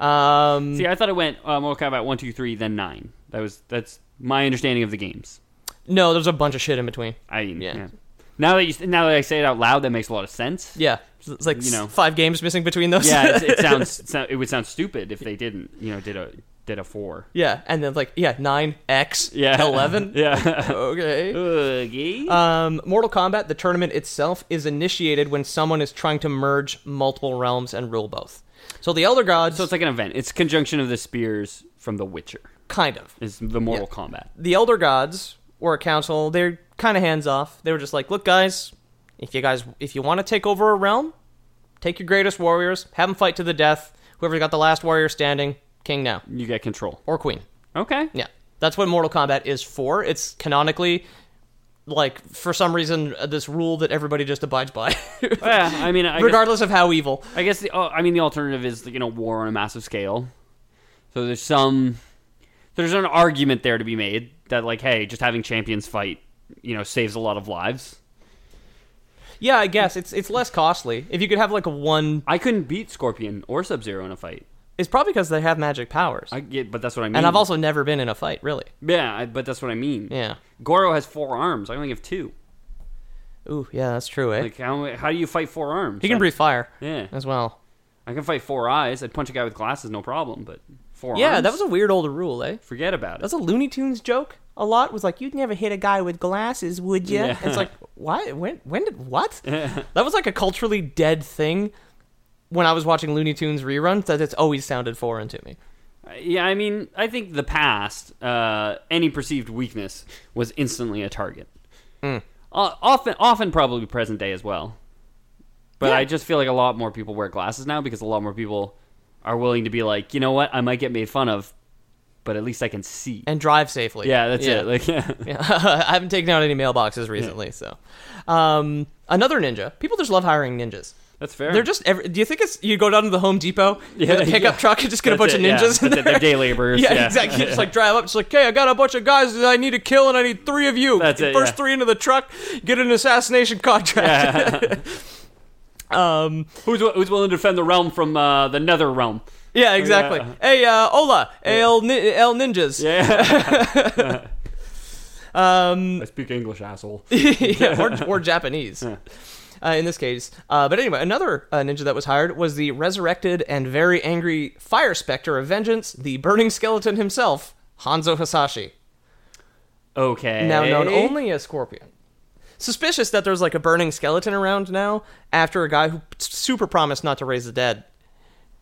Speaker 2: Um,
Speaker 1: See, I thought it went uh, Mortal Kombat one, two, three, then nine. That was that's my understanding of the games.
Speaker 2: no, there's a bunch of shit in between.
Speaker 1: I yeah.
Speaker 2: Yeah.
Speaker 1: Now that you now that I say it out loud, that makes a lot of sense.
Speaker 2: Yeah, it's like
Speaker 1: You know.
Speaker 2: five games missing between those.
Speaker 1: Yeah, it's, it sounds it sound- it would sound stupid if they didn't. You know, did a did a four.
Speaker 2: yeah, and then like yeah, nine X,
Speaker 1: Yeah,
Speaker 2: eleven.
Speaker 1: Yeah.
Speaker 2: Okay.
Speaker 1: Okay.
Speaker 2: Um, Mortal Kombat, the tournament itself, is initiated when someone is trying to merge multiple realms and rule both. So the Elder Gods,
Speaker 1: so it's like an event. It's conjunction of the spears from The Witcher.
Speaker 2: kind of.
Speaker 1: Is the Mortal Kombat.
Speaker 2: The Elder Gods were a council. They're kind of hands off. They were just like, look, guys, if you guys, if you want to take over a realm, take your greatest warriors, have them fight to the death. Whoever got the last warrior standing, king now
Speaker 1: You get control.
Speaker 2: or queen.
Speaker 1: Okay.
Speaker 2: Yeah, that's what Mortal Kombat is for. It's canonically, like for some reason, uh, this rule that everybody just abides by.
Speaker 1: Yeah. I mean, I guess,
Speaker 2: regardless of how evil.
Speaker 1: I guess the oh, I mean the alternative is you know war on a massive scale. So there's some there's an argument there to be made that like hey, just having champions fight you know saves a lot of lives.
Speaker 2: Yeah, I guess it's it's less costly. If you could have like a one,
Speaker 1: I couldn't beat Scorpion or Sub Zero in a fight.
Speaker 2: it's probably because they have magic powers.
Speaker 1: I get, but that's what I mean.
Speaker 2: and I've also never been in a fight, really.
Speaker 1: yeah, I, but that's what I mean.
Speaker 2: Yeah.
Speaker 1: Goro has four arms. I only have two.
Speaker 2: Ooh, yeah, that's true. Eh?
Speaker 1: Like how how do you fight four arms?
Speaker 2: he can breathe fire.
Speaker 1: Yeah.
Speaker 2: as well.
Speaker 1: I can fight four eyes. I'd punch a guy with glasses, no problem. But four
Speaker 2: Yeah,
Speaker 1: arms?
Speaker 2: that was a weird old rule, eh?
Speaker 1: forget about it.
Speaker 2: That's a Looney Tunes joke. A lot was like, "You'd never hit a guy with glasses, would you?"
Speaker 1: Yeah.
Speaker 2: It's like, why? When? When did what? that was like a culturally dead thing. When I was watching Looney Tunes reruns, that it's always sounded foreign to me.
Speaker 1: Yeah, I mean, I think the past, uh, any perceived weakness was instantly a target.
Speaker 2: Hmm.
Speaker 1: O- often, often probably present day as well. But
Speaker 2: Yeah.
Speaker 1: I just feel like a lot more people wear glasses now because a lot more people are willing to be like, you know what, I might get made fun of, but at least I can see.
Speaker 2: And drive safely.
Speaker 1: yeah, that's it. Like, yeah.
Speaker 2: Yeah. I haven't taken out any mailboxes recently, so. Um, another ninja. People just love hiring ninjas.
Speaker 1: that's fair.
Speaker 2: They're just. Every, do you think it's you go down to the Home Depot
Speaker 1: Yeah,
Speaker 2: with a pickup
Speaker 1: yeah.
Speaker 2: truck and just get a
Speaker 1: That's
Speaker 2: bunch of
Speaker 1: it, yeah.
Speaker 2: ninjas? in
Speaker 1: That's it,
Speaker 2: there?
Speaker 1: they're day laborers,
Speaker 2: Yeah,
Speaker 1: yeah.
Speaker 2: exactly. You just like drive up. It's like, hey, I got a bunch of guys that I need to kill, and I need three of you.
Speaker 1: That's
Speaker 2: You
Speaker 1: it,
Speaker 2: First
Speaker 1: yeah.
Speaker 2: three into the truck, get an assassination contract. um.
Speaker 1: who's who's willing to defend the realm from uh, the Nether realm?
Speaker 2: Yeah, exactly.
Speaker 1: Yeah.
Speaker 2: Hey, uh, Ola, El, Ni- El Ninjas.
Speaker 1: Yeah,
Speaker 2: Um,
Speaker 1: I speak English, asshole.
Speaker 2: yeah, or, or Japanese. Uh, in this case, uh, but anyway, another uh, ninja that was hired was the resurrected and very angry Fire Specter of Vengeance, the Burning Skeleton himself, Hanzo Hasashi,
Speaker 1: Okay,
Speaker 2: now known only as Scorpion. Suspicious that there's like a burning skeleton around now after a guy who super promised not to raise the dead.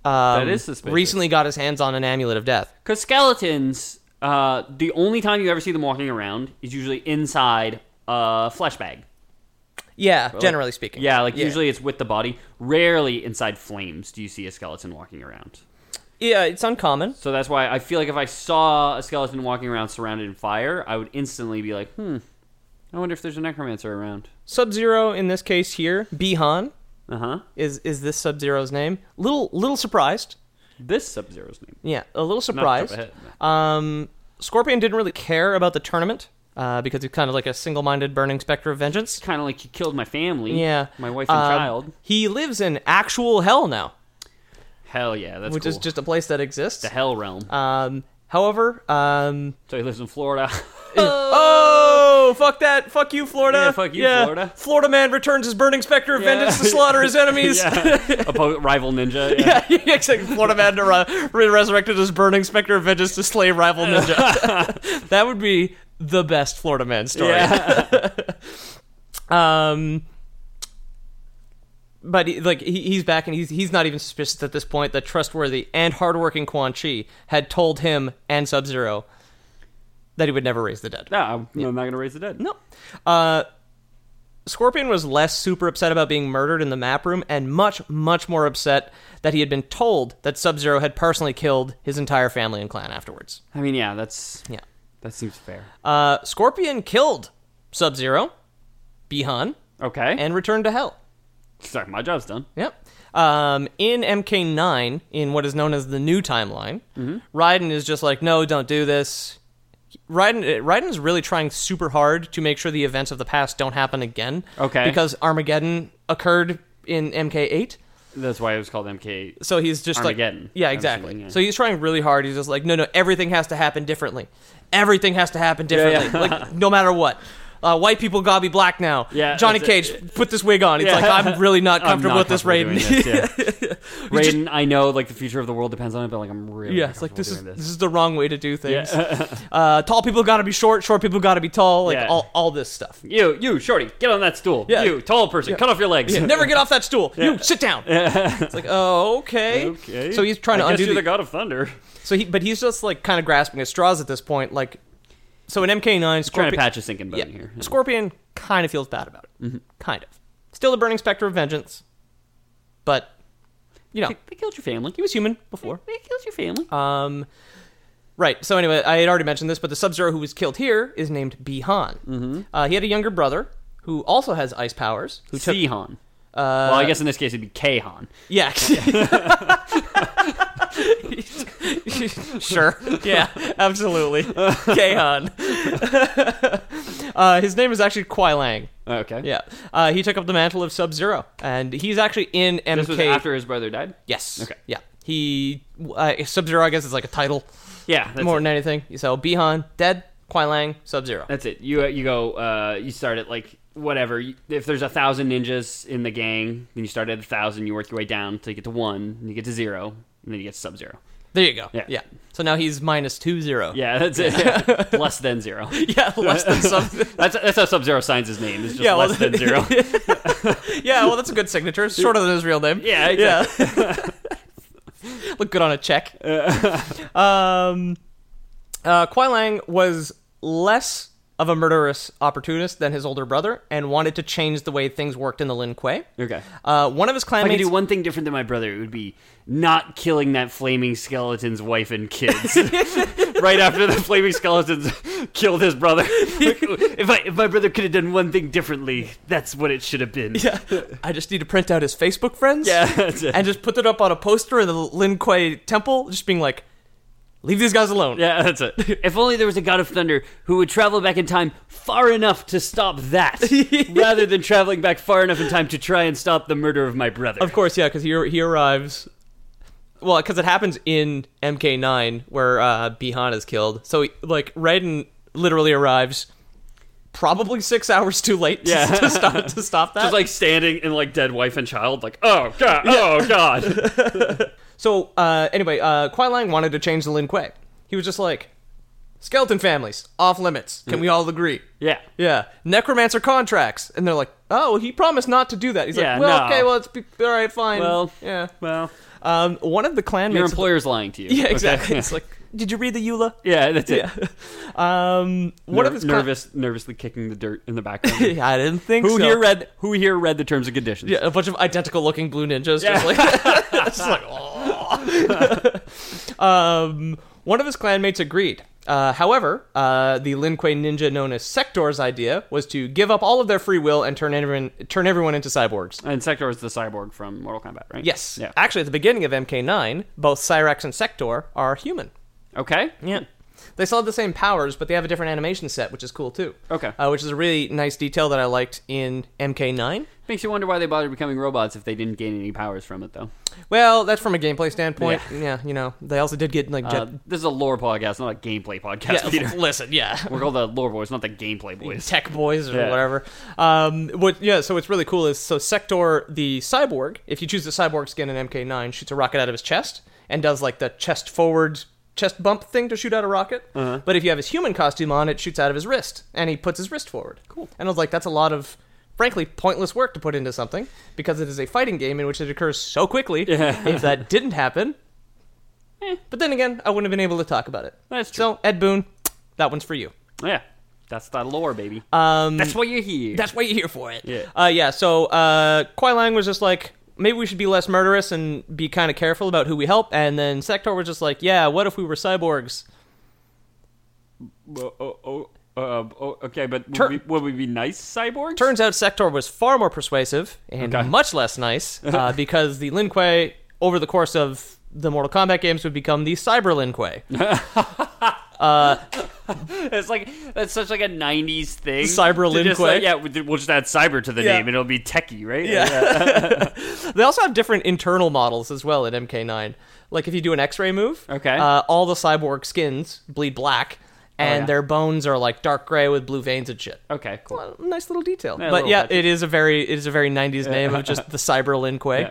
Speaker 2: Um,
Speaker 1: That is suspicious.
Speaker 2: Recently got his hands on an amulet of death.
Speaker 1: Because skeletons, uh, the only time you ever see them walking around is usually inside a flesh bag.
Speaker 2: Yeah, generally speaking.
Speaker 1: Yeah, like usually it's with the body. Rarely inside flames do you see a skeleton walking around.
Speaker 2: Yeah, it's uncommon.
Speaker 1: So that's why I feel like if I saw a skeleton walking around surrounded in fire, I would instantly be like, hmm, I wonder if there's a necromancer around.
Speaker 2: Sub Zero in this case here, Bihan
Speaker 1: Uh huh.
Speaker 2: is is this Sub Zero's name. Little little surprised.
Speaker 1: This Sub Zero's name.
Speaker 2: Yeah, a little
Speaker 1: Not
Speaker 2: surprised.
Speaker 1: to jump ahead.
Speaker 2: Um, Scorpion didn't really care about the tournament uh, because he's kind of like a single-minded burning specter of vengeance.
Speaker 1: Kind of like you killed my family.
Speaker 2: Yeah,
Speaker 1: My wife and
Speaker 2: Um,
Speaker 1: child.
Speaker 2: He lives in actual hell now,
Speaker 1: Hell yeah, that's
Speaker 2: which is
Speaker 1: cool.
Speaker 2: just a place that exists.
Speaker 1: the hell realm.
Speaker 2: Um, however, um,
Speaker 1: so he lives in Florida.
Speaker 2: oh fuck that, fuck you, Florida.
Speaker 1: Yeah, fuck you, Florida.
Speaker 2: Florida man returns his burning specter of vengeance to slaughter his enemies.
Speaker 1: yeah. Oppo- rival ninja. yeah.
Speaker 2: Yeah, exactly. Florida Man to re- re- resurrected as burning specter of vengeance to slay rival ninja. that would be the best Florida Man story. Um, but he, like he, he's back and he's he's not even suspicious at this point that trustworthy and hardworking Quan Chi had told him and Sub Zero that he would never raise the dead.
Speaker 1: No, I'm, I'm not gonna raise the dead.
Speaker 2: No. Uh, Scorpion was less super upset about being murdered in the map room and much, much more upset that he had been told that Sub Zero had personally killed his entire family and clan afterwards.
Speaker 1: I mean, yeah, that's
Speaker 2: Yeah.
Speaker 1: that seems fair.
Speaker 2: Uh, Scorpion killed Sub Zero, Bihan,
Speaker 1: Okay,
Speaker 2: Uh, and returned to hell.
Speaker 1: sorry, my job's done.
Speaker 2: Yep. Um, in MK9, in what is known as the new timeline,
Speaker 1: Mm-hmm.
Speaker 2: Raiden is just like, no, don't do this. Raiden, uh, Raiden is really trying super hard to make sure the events of the past don't happen again.
Speaker 1: Okay.
Speaker 2: Because Armageddon occurred in MK8.
Speaker 1: That's why it was called MK.
Speaker 2: So he's just
Speaker 1: Armageddon,
Speaker 2: like, yeah,
Speaker 1: I'm
Speaker 2: exactly.
Speaker 1: assuming, yeah.
Speaker 2: So he's trying really hard. He's just like, no, no, everything has to happen differently. Everything has to happen differently, like no matter what. Uh, white people gotta be black now.
Speaker 1: Yeah,
Speaker 2: Johnny
Speaker 1: that's
Speaker 2: Cage, put this wig on. He's like, I'm really not
Speaker 1: I'm
Speaker 2: comfortable with
Speaker 1: not
Speaker 2: this,
Speaker 1: comfortable
Speaker 2: Raiden.
Speaker 1: doing this, yeah. Raiden, I know like the future of the world depends on it, but like I'm really
Speaker 2: Yeah,
Speaker 1: not
Speaker 2: it's like this
Speaker 1: comfortable
Speaker 2: is
Speaker 1: doing
Speaker 2: this.
Speaker 1: this.
Speaker 2: is the wrong way to do things. uh, tall people got to be short, short people got to be tall, like
Speaker 1: Yeah.
Speaker 2: all, all this stuff.
Speaker 1: You, you, shorty, get on that stool.
Speaker 2: Yeah.
Speaker 1: You, tall person, cut off your legs.
Speaker 2: Never get off that stool. You sit down. it's like oh, okay.
Speaker 1: okay.
Speaker 2: So he's trying
Speaker 1: I
Speaker 2: to
Speaker 1: guess
Speaker 2: undo
Speaker 1: you're the
Speaker 2: the.
Speaker 1: god of thunder.
Speaker 2: So he, but he's just like kind of grasping at straws at this point. Like, so in MK9,
Speaker 1: Trying to
Speaker 2: Scorpion,
Speaker 1: patch a sinking bone
Speaker 2: yeah,
Speaker 1: here. Mm-hmm.
Speaker 2: Scorpion kind of feels bad about it. Kind of. Still the burning specter of vengeance, but you know
Speaker 1: They, they killed your family.
Speaker 2: he was human before.
Speaker 1: They killed your family.
Speaker 2: Um, right. So anyway, I had already mentioned this, but the Sub Zero who was killed here is named Bihan. Mm-hmm. Uh, he had a younger brother who also has ice powers. Who took?
Speaker 1: Sihan.
Speaker 2: uh,
Speaker 1: well, I guess in this case it'd be Kahan.
Speaker 2: Yeah. sure. Yeah. Absolutely. Kahan. uh, his name is actually Kwai Lang.
Speaker 1: Okay.
Speaker 2: Yeah. Uh, he took up the mantle of Sub Zero, and he's actually in MK.
Speaker 1: This was after his brother died.
Speaker 2: Yes.
Speaker 1: Okay.
Speaker 2: Yeah. He uh, Sub Zero, I guess, is like a title.
Speaker 1: Yeah. That's
Speaker 2: more
Speaker 1: it.
Speaker 2: than anything. So Bihan dead, Kwai Lang Sub Zero.
Speaker 1: That's it. You uh, you go. Uh, you start at like whatever. you- If there's a thousand ninjas in the gang, then you start at a thousand, you work your way down till you get to one, and you get to zero, and then you get to sub zero.
Speaker 2: There you go.
Speaker 1: Yeah.
Speaker 2: yeah. So now he's minus two zero.
Speaker 1: Yeah, that's it. less than zero.
Speaker 2: Yeah, less than something.
Speaker 1: That's that's how Sub Zero signs his name. It's just
Speaker 2: Yeah, well,
Speaker 1: less than zero.
Speaker 2: Yeah, well, that's a good signature. It's shorter than his real name.
Speaker 1: Yeah, exactly.
Speaker 2: Yeah. Look good on a check. um, uh, Kwai Lang was less of a murderous opportunist than his older brother and wanted to change the way things worked in the Lin Kuei.
Speaker 1: Okay.
Speaker 2: Uh, one of his
Speaker 1: If I could
Speaker 2: clanmates.
Speaker 1: do one thing different than my brother, it would be not killing that flaming skeleton's wife and kids. right after the flaming skeletons killed his brother. if I if my brother could have done one thing differently, that's what it should have been. Yeah.
Speaker 2: I just need to print out his Facebook friends.
Speaker 1: that's it.
Speaker 2: and just put it up on a poster in the Lin Kuei temple, just being like, leave these guys alone.
Speaker 1: Yeah, that's it. If only there was a god of thunder who would travel back in time far enough to stop that, rather than traveling back far enough in time to try and stop the murder of my brother.
Speaker 2: Of course, yeah, because he, he arrives. Well, because it happens in MK9 where uh, Bihan is killed. So, like, Raiden literally arrives probably six hours too late to,
Speaker 1: Yeah.
Speaker 2: to stop, to stop that.
Speaker 1: Just like standing in like dead wife and child, like oh god, oh god.
Speaker 2: so, uh, anyway, uh, Kuai Lang wanted to change the Lin Kuei. He was just like, skeleton families, off limits. Can we all agree?
Speaker 1: yeah,
Speaker 2: Yeah, necromancer contracts, and they're like, "Oh, he promised not to do that." He's
Speaker 1: Yeah,
Speaker 2: like, "Well,
Speaker 1: no.
Speaker 2: okay, well, it's be- all right, fine."
Speaker 1: Well,
Speaker 2: yeah.
Speaker 1: well,
Speaker 2: Um, one of the clan
Speaker 1: your
Speaker 2: mates-
Speaker 1: employer's lying to you.
Speaker 2: yeah,
Speaker 1: okay?
Speaker 2: exactly. It's like, did you read the Eula?
Speaker 1: Yeah, that's it.
Speaker 2: Um, one of
Speaker 1: Ner-
Speaker 2: his clan-
Speaker 1: nervous, nervously kicking the dirt in the background.
Speaker 2: I didn't think
Speaker 1: who
Speaker 2: so.
Speaker 1: here read? Who here read the terms and conditions?
Speaker 2: Yeah, a bunch of identical-looking blue ninjas, just like, just like, "Oh." um, one of his clanmates agreed. Uh, however, uh, the Lin Kuei ninja known as Sector's idea was to give up all of their free will and turn everyone turn everyone into cyborgs.
Speaker 1: And Sector is the cyborg from Mortal Kombat, right?
Speaker 2: Yes.
Speaker 1: Yeah.
Speaker 2: Actually, at the beginning of MK9, both Cyrax and Sector are human.
Speaker 1: Okay.
Speaker 2: Yeah. They still have the same powers, but they have a different animation set, which is cool too.
Speaker 1: Okay.
Speaker 2: Uh, which is a really nice detail that I liked in MK9.
Speaker 1: Makes you wonder why they bothered becoming robots if they didn't gain any powers from it, though.
Speaker 2: Well, that's from a gameplay standpoint.
Speaker 1: Yeah.
Speaker 2: Yeah, you know, they also did get like
Speaker 1: Uh,
Speaker 2: jet.
Speaker 1: this is a lore podcast, not a gameplay podcast,
Speaker 2: yeah,
Speaker 1: Peter.
Speaker 2: listen, yeah.
Speaker 1: We're called the lore boys, not the gameplay boys.
Speaker 2: Tech boys or
Speaker 1: Yeah.
Speaker 2: whatever. Um, what? Yeah. So what's really cool is so Sector the cyborg. If you choose the cyborg skin in MK9, shoots a rocket out of his chest and does like the chest forward chest bump thing to shoot out a rocket.
Speaker 1: Uh-huh.
Speaker 2: But if you have his human costume on, it shoots out of his wrist and he puts his wrist forward. Cool. And I was like, that's a lot of. Frankly, pointless work to put into something because it is a fighting game in which it occurs so quickly. if that didn't happen, eh, but then again, I wouldn't have been able to talk about it.
Speaker 1: That's
Speaker 2: So, Ed Boone, that one's for you.
Speaker 1: Yeah, that's that lore, baby. Um, that's why you're here.
Speaker 2: That's why you're here for it.
Speaker 1: Yeah.
Speaker 2: Uh, yeah. So uh, Kwai Lang was just like, maybe we should be less murderous and be kind of careful about who we help. And then Sector was just like, yeah, what if we were cyborgs?
Speaker 1: Oh, oh, oh, uh, oh, okay, but would,
Speaker 2: Tur-
Speaker 1: we, would we be nice cyborgs?
Speaker 2: Turns out Sector was far more persuasive and
Speaker 1: Okay.
Speaker 2: much less nice uh, because the Lin Kuei, over the course of the Mortal Kombat games, would become the Cyber Lin Kuei.
Speaker 1: it's like that's such like a '90s thing.
Speaker 2: Cyber
Speaker 1: To
Speaker 2: Lin
Speaker 1: just,
Speaker 2: Kuei.
Speaker 1: like, yeah, we- we'll just add cyber to the
Speaker 2: Yeah.
Speaker 1: name, and it'll be techie, right?
Speaker 2: they also have different internal models as well in MK9. Like if you do an X-ray move,
Speaker 1: Okay. Oh,
Speaker 2: uh, all the cyborg skins bleed black, and
Speaker 1: yeah.
Speaker 2: their bones are like dark gray with blue veins and shit.
Speaker 1: Okay, cool.
Speaker 2: Well, nice little detail.
Speaker 1: Yeah,
Speaker 2: but
Speaker 1: little
Speaker 2: yeah,
Speaker 1: touches.
Speaker 2: it is a very it is a very '90s name of just the Cyber Lin Kuei.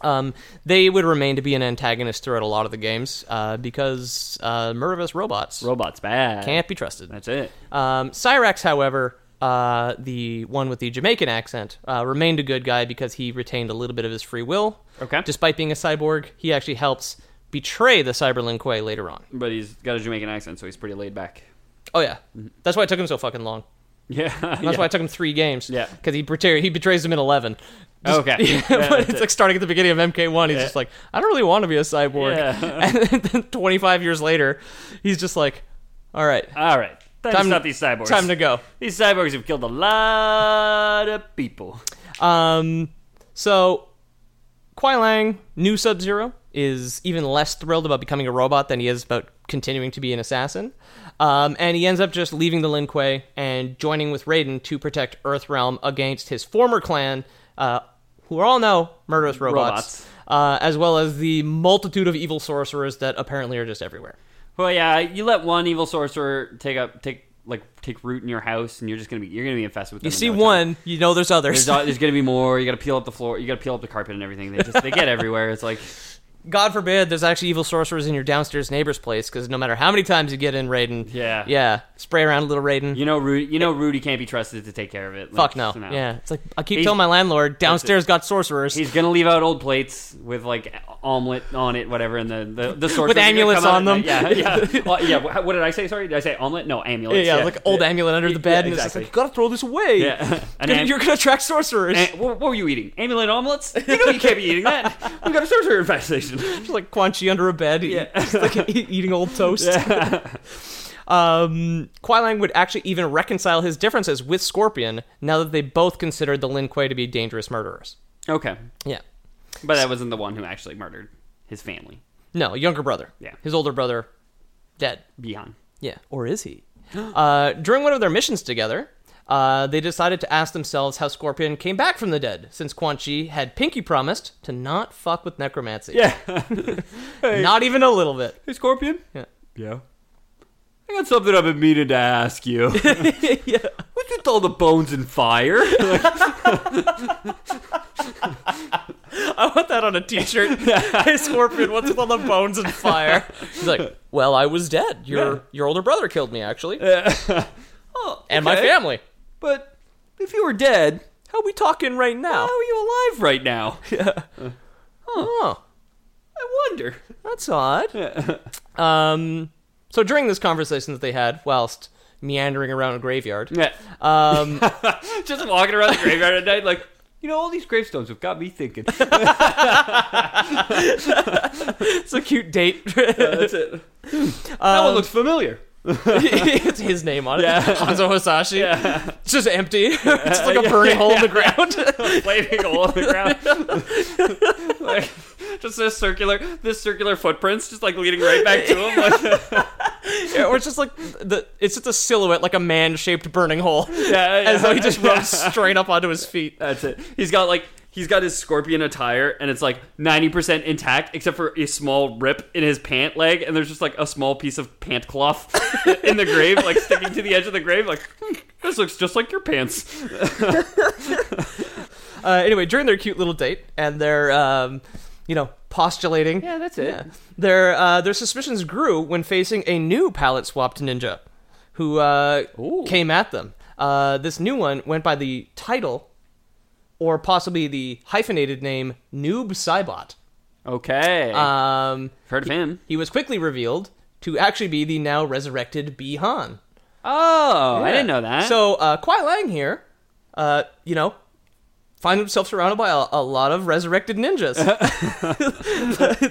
Speaker 2: Um, they would remain to be an antagonist throughout a lot of the games uh, because uh, murderous robots
Speaker 1: Robots bad.
Speaker 2: can't be trusted.
Speaker 1: That's it.
Speaker 2: Um, Cyrax, however, uh, the one with the Jamaican accent, uh, remained a good guy because he retained a little bit of his free will.
Speaker 1: Okay.
Speaker 2: Despite being a cyborg, he actually helps betray the Cyberlin Kuei later on.
Speaker 1: But he's got a Jamaican accent, so he's pretty laid back.
Speaker 2: Oh yeah,
Speaker 1: Mm-hmm.
Speaker 2: that's why it took him so fucking long.
Speaker 1: Yeah,
Speaker 2: That's why it took him three games.
Speaker 1: Yeah.
Speaker 2: Because he betray- he betrays him in eleven.
Speaker 1: Okay.
Speaker 2: Yeah,
Speaker 1: Yeah,
Speaker 2: but
Speaker 1: that's
Speaker 2: it's
Speaker 1: it.
Speaker 2: like starting at the beginning of MK1, he's just like, I don't really want to be a cyborg.
Speaker 1: Yeah.
Speaker 2: And then 25 years later, he's just like, all right,
Speaker 1: All right,
Speaker 2: Time
Speaker 1: time, to
Speaker 2: to-
Speaker 1: stop these cyborgs.
Speaker 2: time to go.
Speaker 1: These cyborgs have killed a lot of people.
Speaker 2: Um, so Kwai Lang, new Sub Zero, is even less thrilled about becoming a robot than he is about continuing to be an assassin. Um, and he ends up just leaving the Lin Kuei and joining with Raiden to protect Earthrealm against his former clan, uh, who are all now murderous robots,
Speaker 1: Robots.
Speaker 2: Uh, as well as the multitude of evil sorcerers that apparently are just everywhere.
Speaker 1: Well, yeah, you let one evil sorcerer take up take like take root in your house, and you're just gonna be you're gonna be infested with. Them
Speaker 2: You
Speaker 1: in
Speaker 2: see
Speaker 1: no time.
Speaker 2: one, you know there's others.
Speaker 1: There's, al- there's gonna be more. You gotta peel up the floor. You gotta peel up the carpet and everything. They just they get everywhere. It's like
Speaker 2: God forbid there's actually evil sorcerers in your downstairs neighbor's place because no matter how many times you get in Raiden,
Speaker 1: Yeah.
Speaker 2: yeah, spray around a little Raiden.
Speaker 1: you know Rudy. You know Rudy can't be trusted to take care of it. Like,
Speaker 2: Fuck no.
Speaker 1: so
Speaker 2: Yeah, it's like I keep
Speaker 1: He's-
Speaker 2: telling my landlord downstairs got sorcerers.
Speaker 1: He's gonna leave out old plates with like omelet on it, whatever, and the the, the sorcerer's gonna
Speaker 2: amulets
Speaker 1: come out
Speaker 2: on
Speaker 1: at night.
Speaker 2: them.
Speaker 1: Yeah, yeah, well, yeah. wha- What did I say? Sorry, did I say omelet? No,
Speaker 2: yeah,
Speaker 1: amulets.
Speaker 2: yeah, like old amulet under the bed,
Speaker 1: yeah,
Speaker 2: and it's just
Speaker 1: exactly.
Speaker 2: like you gotta throw this away.
Speaker 1: Yeah. An
Speaker 2: You're-
Speaker 1: am-
Speaker 2: you're gonna attract sorcerers.
Speaker 1: Eh, what, what were you eating? Amulet omelets? You know you can't be eating that. We got a sorcerer infestation.
Speaker 2: Just like Quan Chi under a bed, e-
Speaker 1: Yeah.
Speaker 2: just like e- eating old toast. um, Kuai Lang would actually even reconcile his differences with Scorpion now that they both considered the Lin Kuei to be dangerous murderers.
Speaker 1: Okay,
Speaker 2: Yeah.
Speaker 1: but that wasn't the one who actually murdered his family.
Speaker 2: No, younger brother.
Speaker 1: Yeah.
Speaker 2: His older brother, dead.
Speaker 1: Beyond.
Speaker 2: Yeah. Or is he? uh, during one of their missions together, uh, they decided to ask themselves how Scorpion came back from the dead, since Quan Chi had Pinky promised to not fuck with necromancy.
Speaker 1: Yeah.
Speaker 2: Not even a little bit.
Speaker 1: Hey, Scorpion.
Speaker 2: Yeah.
Speaker 1: Yeah. I got something I've been meaning to ask you. What's
Speaker 2: yeah.
Speaker 1: with all the bones and fire?
Speaker 2: I want that on a T-shirt. hey, Scorpion, what's with all the bones and fire? He's like, well, I was dead. Your
Speaker 1: Yeah.
Speaker 2: your older brother killed me, actually,
Speaker 1: oh,
Speaker 2: and my
Speaker 1: okay.
Speaker 2: family.
Speaker 1: But if you were dead,
Speaker 2: How we talking right now?
Speaker 1: how are you alive right now?
Speaker 2: Huh.
Speaker 1: I wonder.
Speaker 2: Oh, That's odd. um, so during this conversation that they had, whilst meandering around a graveyard,
Speaker 1: Yeah.
Speaker 2: um,
Speaker 1: Just walking around the graveyard at night, like, you know, all these gravestones have got me thinking.
Speaker 2: it's a cute date.
Speaker 1: That's it. that one looks familiar.
Speaker 2: it's his name on it.
Speaker 1: Yeah.
Speaker 2: Hanzo Hisashi. It's just empty. it's just like a burning hole in the ground.
Speaker 1: Flaming hole on the ground. like, just this circular, this circular footprints, just like leading right back to him. Like,
Speaker 2: Yeah, or it's just like the it's just a silhouette like a man-shaped burning hole.
Speaker 1: yeah,
Speaker 2: as though he just
Speaker 1: yeah.
Speaker 2: runs straight up onto his feet.
Speaker 1: That's it. He's got like he's got his scorpion attire and it's like 90% intact except for a small rip in his pant leg and there's just like a small piece of pant cloth in the grave like sticking to the edge of the grave like "Hmm, this looks just like your pants.
Speaker 2: Uh, anyway, during their cute little date and their, um, you know, postulating. Yeah,
Speaker 1: that's it.
Speaker 2: Their uh, their suspicions grew when facing a new palette swapped ninja, who uh, came at them. Uh, this new one went by the title, or possibly the hyphenated name Noob Cybot.
Speaker 1: Okay.
Speaker 2: Um,
Speaker 1: Heard of him.
Speaker 2: he was quickly revealed to actually be the now resurrected Bihan.
Speaker 1: Oh, I didn't
Speaker 2: Yeah.
Speaker 1: know that.
Speaker 2: So uh, Kwai Lang here, uh, you know, find himself surrounded by a, a lot of resurrected ninjas.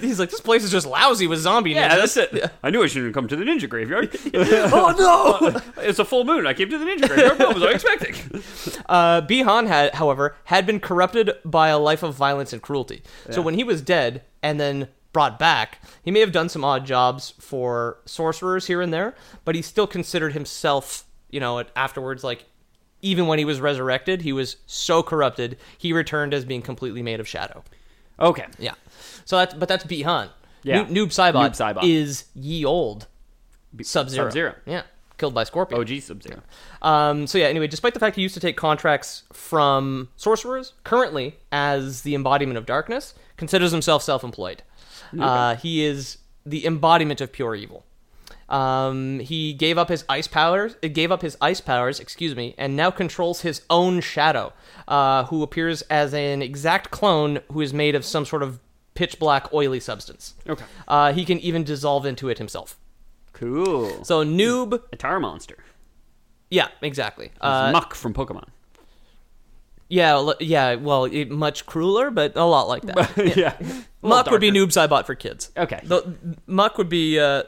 Speaker 2: He's like, this place is just lousy with zombie
Speaker 1: yeah,
Speaker 2: ninjas.
Speaker 1: that's it. I knew I shouldn't have come to the ninja graveyard.
Speaker 2: oh no!
Speaker 1: it's a full moon. I came to the ninja graveyard. What was I expecting?
Speaker 2: Uh, Bihan had, however, had been corrupted by a life of violence and cruelty. So when he was dead and then brought back, he may have done some odd jobs for sorcerers here and there, but he still considered himself, you know, at- afterwards like. Even when he was resurrected, he was so corrupted, he returned as being completely made of shadow.
Speaker 1: Okay.
Speaker 2: Yeah. So that's but that's Bihan.
Speaker 1: Yeah.
Speaker 2: Noob, Noob Saibot
Speaker 1: Noob Saibot.
Speaker 2: is ye old Sub Zero.
Speaker 1: Sub-Zero.
Speaker 2: Yeah. Killed by Scorpion.
Speaker 1: OG Sub-Zero.
Speaker 2: Um, so yeah. Anyway, despite the fact he used to take contracts from sorcerers, currently as the embodiment of darkness, considers himself self-employed. Uh, he is the embodiment of pure evil. Um, he gave up his ice powers. It gave up his ice powers, excuse me, and now controls his own shadow, uh, who appears as an exact clone who is made of some sort of pitch black oily substance.
Speaker 1: Okay.
Speaker 2: Uh, he can even dissolve into it himself.
Speaker 1: Cool.
Speaker 2: So noob,
Speaker 1: A tar monster.
Speaker 2: yeah, exactly. Uh,
Speaker 1: It's Muck from Pokemon.
Speaker 2: Yeah, l- yeah. Well, it, much crueler, but a lot like that.
Speaker 1: yeah.
Speaker 2: Muck would be noobs I bought for kids.
Speaker 1: Okay.
Speaker 2: The, muck would be. Uh,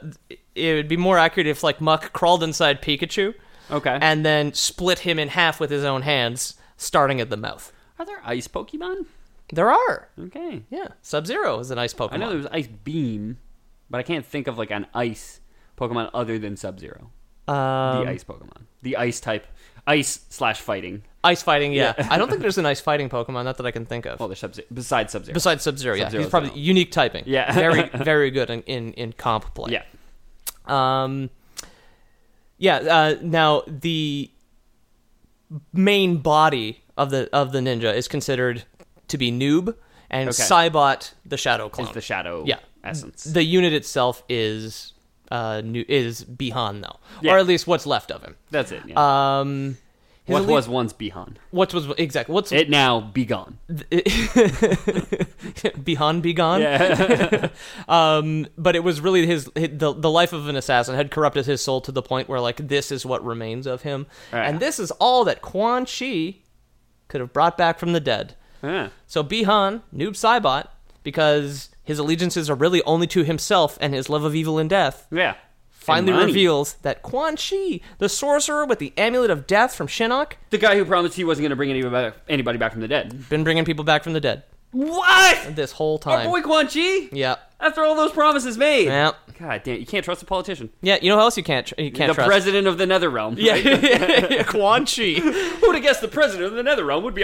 Speaker 2: it would be more accurate if like Muck crawled inside Pikachu.
Speaker 1: Okay.
Speaker 2: And then split him in half with his own hands, starting at the mouth.
Speaker 1: Are there ice Pokemon?
Speaker 2: There are.
Speaker 1: Okay.
Speaker 2: Yeah, Sub Zero is a nice Pokemon.
Speaker 1: I know there was Ice Beam, but I can't think of like an ice Pokemon other than Sub Zero.
Speaker 2: Um,
Speaker 1: the ice Pokemon. The ice type. Ice slash fighting.
Speaker 2: ice fighting. Yeah, I don't think there's an ice fighting Pokemon. Not that I can think of.
Speaker 1: Well, there's Sub Zero. Besides Sub Zero.
Speaker 2: Besides Sub Zero, yeah,
Speaker 1: Sub-Zero's
Speaker 2: he's probably
Speaker 1: out.
Speaker 2: unique typing.
Speaker 1: Yeah.
Speaker 2: very, very good in, in, in comp play.
Speaker 1: yeah.
Speaker 2: Um, Yeah. Uh, now the main body of the of the ninja is considered to be noob, and
Speaker 1: Okay.
Speaker 2: Cybot the shadow clone.
Speaker 1: It's the shadow
Speaker 2: yeah.
Speaker 1: essence.
Speaker 2: The unit itself is uh new, is Bihan though,
Speaker 1: Yeah.
Speaker 2: or at least what's left of him.
Speaker 1: That's it. Yeah.
Speaker 2: Um, his
Speaker 1: what
Speaker 2: elite-
Speaker 1: was once Bihan?
Speaker 2: what was exactly what's
Speaker 1: It now be gone.
Speaker 2: Bihan Bigan? um, but it was really his, hi the the life of an assassin had corrupted his soul to the point where like this is what remains of him,
Speaker 1: Right.
Speaker 2: and this is all that Quan Chi could have brought back from the dead.
Speaker 1: Yeah.
Speaker 2: So Bihan, noob Cybot, because his allegiances are really only to himself and his love of evil and death.
Speaker 1: Yeah.
Speaker 2: Finally
Speaker 1: And money.
Speaker 2: reveals that Quan Chi, the sorcerer with the amulet of death from Shinnok,
Speaker 1: the guy who promised he wasn't going to bring anybody back, anybody back from the dead.
Speaker 2: been bringing people back from the dead
Speaker 1: What?
Speaker 2: this whole
Speaker 1: Our
Speaker 2: time.
Speaker 1: boy Quan Chi?
Speaker 2: Yeah.
Speaker 1: After all those promises made.
Speaker 2: Yeah.
Speaker 1: God damn, you can't trust a politician.
Speaker 2: Yeah, you know who else you can't tr- you can't
Speaker 1: the
Speaker 2: trust?
Speaker 1: president of the Nether Realm. Yeah.
Speaker 2: Yeah, Quan Chi,
Speaker 1: Who'd have guessed the president of the Nether Realm would be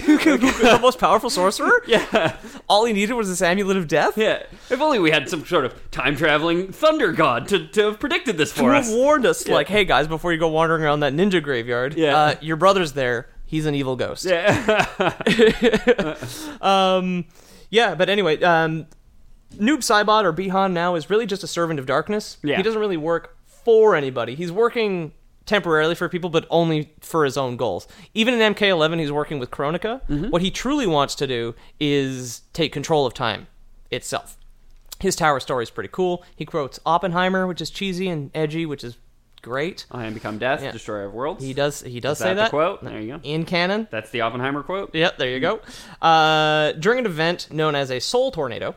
Speaker 2: the most powerful sorcerer.
Speaker 1: yeah.
Speaker 2: All he needed was this amulet of death.
Speaker 1: Yeah. If only we had some sort of time traveling thunder god to, to have predicted this
Speaker 2: Who
Speaker 1: for us.
Speaker 2: warned us, like, hey guys, before you go wandering around that ninja graveyard,
Speaker 1: Yeah.
Speaker 2: uh, your brother's there. He's an evil ghost.
Speaker 1: Yeah.
Speaker 2: Yeah, but anyway, um, Noob Saibot or Bihan now is really just a servant of darkness.
Speaker 1: Yeah.
Speaker 2: He doesn't really work for anybody. He's working temporarily for people, but only for his own goals. Even in MK11, he's working with Chronica.
Speaker 1: Mm-hmm.
Speaker 2: What he truly wants to do is take control of time itself. His tower story is pretty cool. He quotes Oppenheimer, which is cheesy and edgy, which is great.
Speaker 1: I am become death, destroyer of worlds.
Speaker 2: He does. He does
Speaker 1: Is that
Speaker 2: say
Speaker 1: the
Speaker 2: that
Speaker 1: quote? There you go.
Speaker 2: in canon.
Speaker 1: That's the Oppenheimer quote.
Speaker 2: Yep, there you go. Uh, during an event known as a Soul Tornado,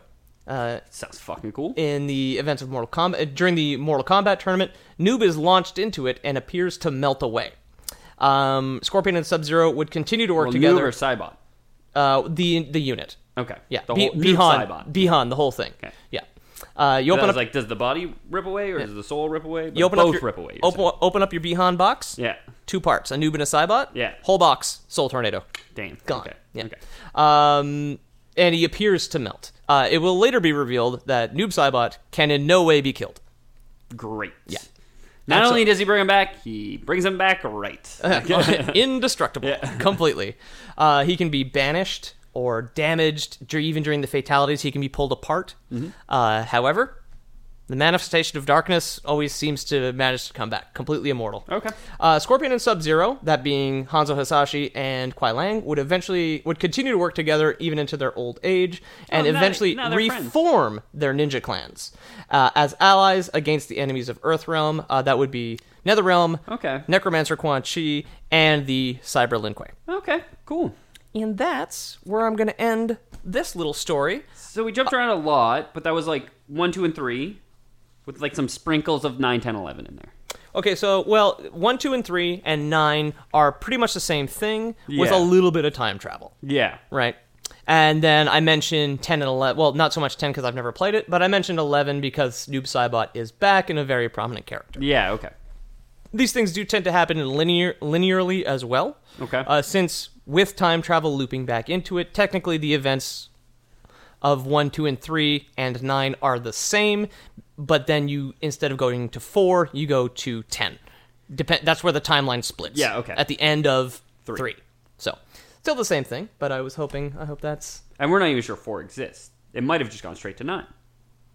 Speaker 2: uh,
Speaker 1: Sounds fucking cool.
Speaker 2: in the events of Mortal Kombat uh, during the Mortal Kombat tournament, Noob is launched into it and appears to melt away. Um, Scorpion and Sub Zero would continue to work
Speaker 1: well,
Speaker 2: together.
Speaker 1: Noob or Cybot.
Speaker 2: Uh, the the unit,
Speaker 1: Okay.
Speaker 2: yeah,
Speaker 1: The
Speaker 2: Be-
Speaker 1: whole Noob
Speaker 2: Behan,
Speaker 1: Cybot.
Speaker 2: Behan, the whole thing.
Speaker 1: Okay.
Speaker 2: Yeah, uh, you open
Speaker 1: That
Speaker 2: up,
Speaker 1: was like, does the body rip away or does the soul rip away? But
Speaker 2: you open
Speaker 1: both
Speaker 2: up your,
Speaker 1: rip away. you're
Speaker 2: open, open up your Behan box.
Speaker 1: saying. yeah.
Speaker 2: two parts, a Noob and a Cybot.
Speaker 1: Yeah.
Speaker 2: whole box, Soul Tornado.
Speaker 1: Damn.
Speaker 2: gone.
Speaker 1: Okay.
Speaker 2: Yeah.
Speaker 1: Okay.
Speaker 2: Um, and he appears to melt. Uh, it will later be revealed that Noob Saibot can in no way be killed.
Speaker 1: Great. Yeah. Not only does he bring him back, he brings him back right.
Speaker 2: Indestructible. Completely. Uh, he can be banished or damaged. dur- Even during the fatalities, he can be pulled apart. Uh, however, the manifestation of darkness always seems to manage to come back, completely immortal.
Speaker 1: Okay.
Speaker 2: Uh, Scorpion and Sub Zero, that being Hanzo Hasashi and Kwai Lang, would eventually would continue to work together even into their old age, and
Speaker 1: Oh, now they-
Speaker 2: eventually
Speaker 1: now they're friends.
Speaker 2: reform their ninja clans uh, as allies against the enemies of Earthrealm. Uh, that would be Netherrealm,
Speaker 1: Okay.
Speaker 2: Necromancer Quan Chi, and the Cyber Lin Kuei.
Speaker 1: okay. Cool.
Speaker 2: And that's where I'm going to end this little story.
Speaker 1: So we jumped around a lot, but that was like one, two, and three, with like some sprinkles of nine, ten, eleven in there.
Speaker 2: Okay, so well, one, two, and three, and nine are pretty much the same thing with a
Speaker 1: Yeah.
Speaker 2: little bit of time travel.
Speaker 1: Yeah.
Speaker 2: Right. And then I mentioned 10 and 11. Well, not so much 10 because I've never played it, but I mentioned 11 because Noob Saibot is back and a very prominent character.
Speaker 1: Yeah. Okay.
Speaker 2: These things do tend to happen linear, linearly as well.
Speaker 1: Okay.
Speaker 2: Uh, since with time travel looping back into it, technically the events of 1, 2, and 3 and 9 are the same, but then you, instead of going to 4, you go to 10. Dep- that's where the timeline splits.
Speaker 1: Yeah, okay.
Speaker 2: At the end of 3. So, still the same thing, but I was hoping, I hope that's.
Speaker 1: And we're not even sure four exists. It might have just gone straight to nine.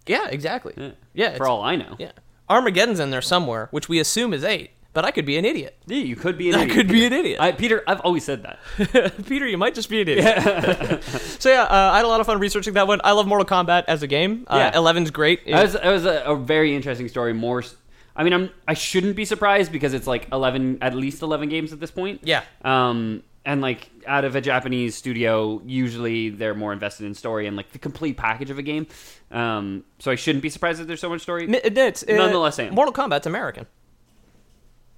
Speaker 2: Yeah, exactly. Yeah, yeah
Speaker 1: For all I know.
Speaker 2: yeah. Armageddon's in there somewhere, which we assume is eight, but I could be an idiot.
Speaker 1: Yeah, you could be an
Speaker 2: I
Speaker 1: idiot.
Speaker 2: could be an idiot.
Speaker 1: I, Peter, I've always said that.
Speaker 2: Peter, you might just be an idiot. so yeah, uh, I had a lot of fun researching that one. I love Mortal Kombat as a game. Uh,
Speaker 1: Yeah.
Speaker 2: 11's great. It-
Speaker 1: That was, that was a, a very interesting story. More, s- I mean, I'm I shouldn't be surprised because it's like eleven, at least eleven games at this point.
Speaker 2: Yeah.
Speaker 1: Um, and like out of a Japanese studio, usually they're more invested in story and like the complete package of a game. Um, so I shouldn't be surprised that there's so much story.
Speaker 2: mi- it- it's, uh,
Speaker 1: Nonetheless, I am.
Speaker 2: Mortal Kombat's American.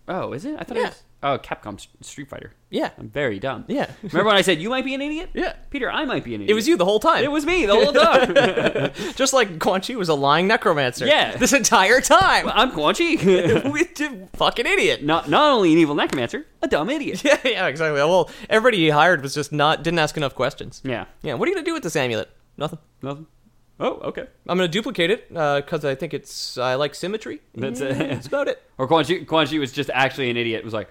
Speaker 1: oh, is it? I thought
Speaker 2: Yeah.
Speaker 1: it was. Oh, Capcom S- Street Fighter.
Speaker 2: Yeah.
Speaker 1: I'm very dumb.
Speaker 2: Yeah.
Speaker 1: Remember when I said you might be an idiot?
Speaker 2: Yeah.
Speaker 1: Peter, I might be an idiot.
Speaker 2: It was you the whole time.
Speaker 1: It was me the whole time.
Speaker 2: just like Quan Chi was a lying necromancer.
Speaker 1: Yeah.
Speaker 2: this entire time.
Speaker 1: I'm Quan Chi.
Speaker 2: we did fucking idiot.
Speaker 1: not not only an evil necromancer, a dumb idiot.
Speaker 2: Yeah, yeah, exactly. Well, everybody he hired was just not didn't ask enough questions.
Speaker 1: Yeah.
Speaker 2: Yeah, what are you gonna do with this amulet? Nothing.
Speaker 1: Nothing. Oh, okay.
Speaker 2: I'm gonna duplicate it because I think it's I like symmetry.
Speaker 1: That's
Speaker 2: Yeah,
Speaker 1: it.
Speaker 2: That's about it.
Speaker 1: Or Quan Chi, Quan Chi was just actually an idiot. Was like,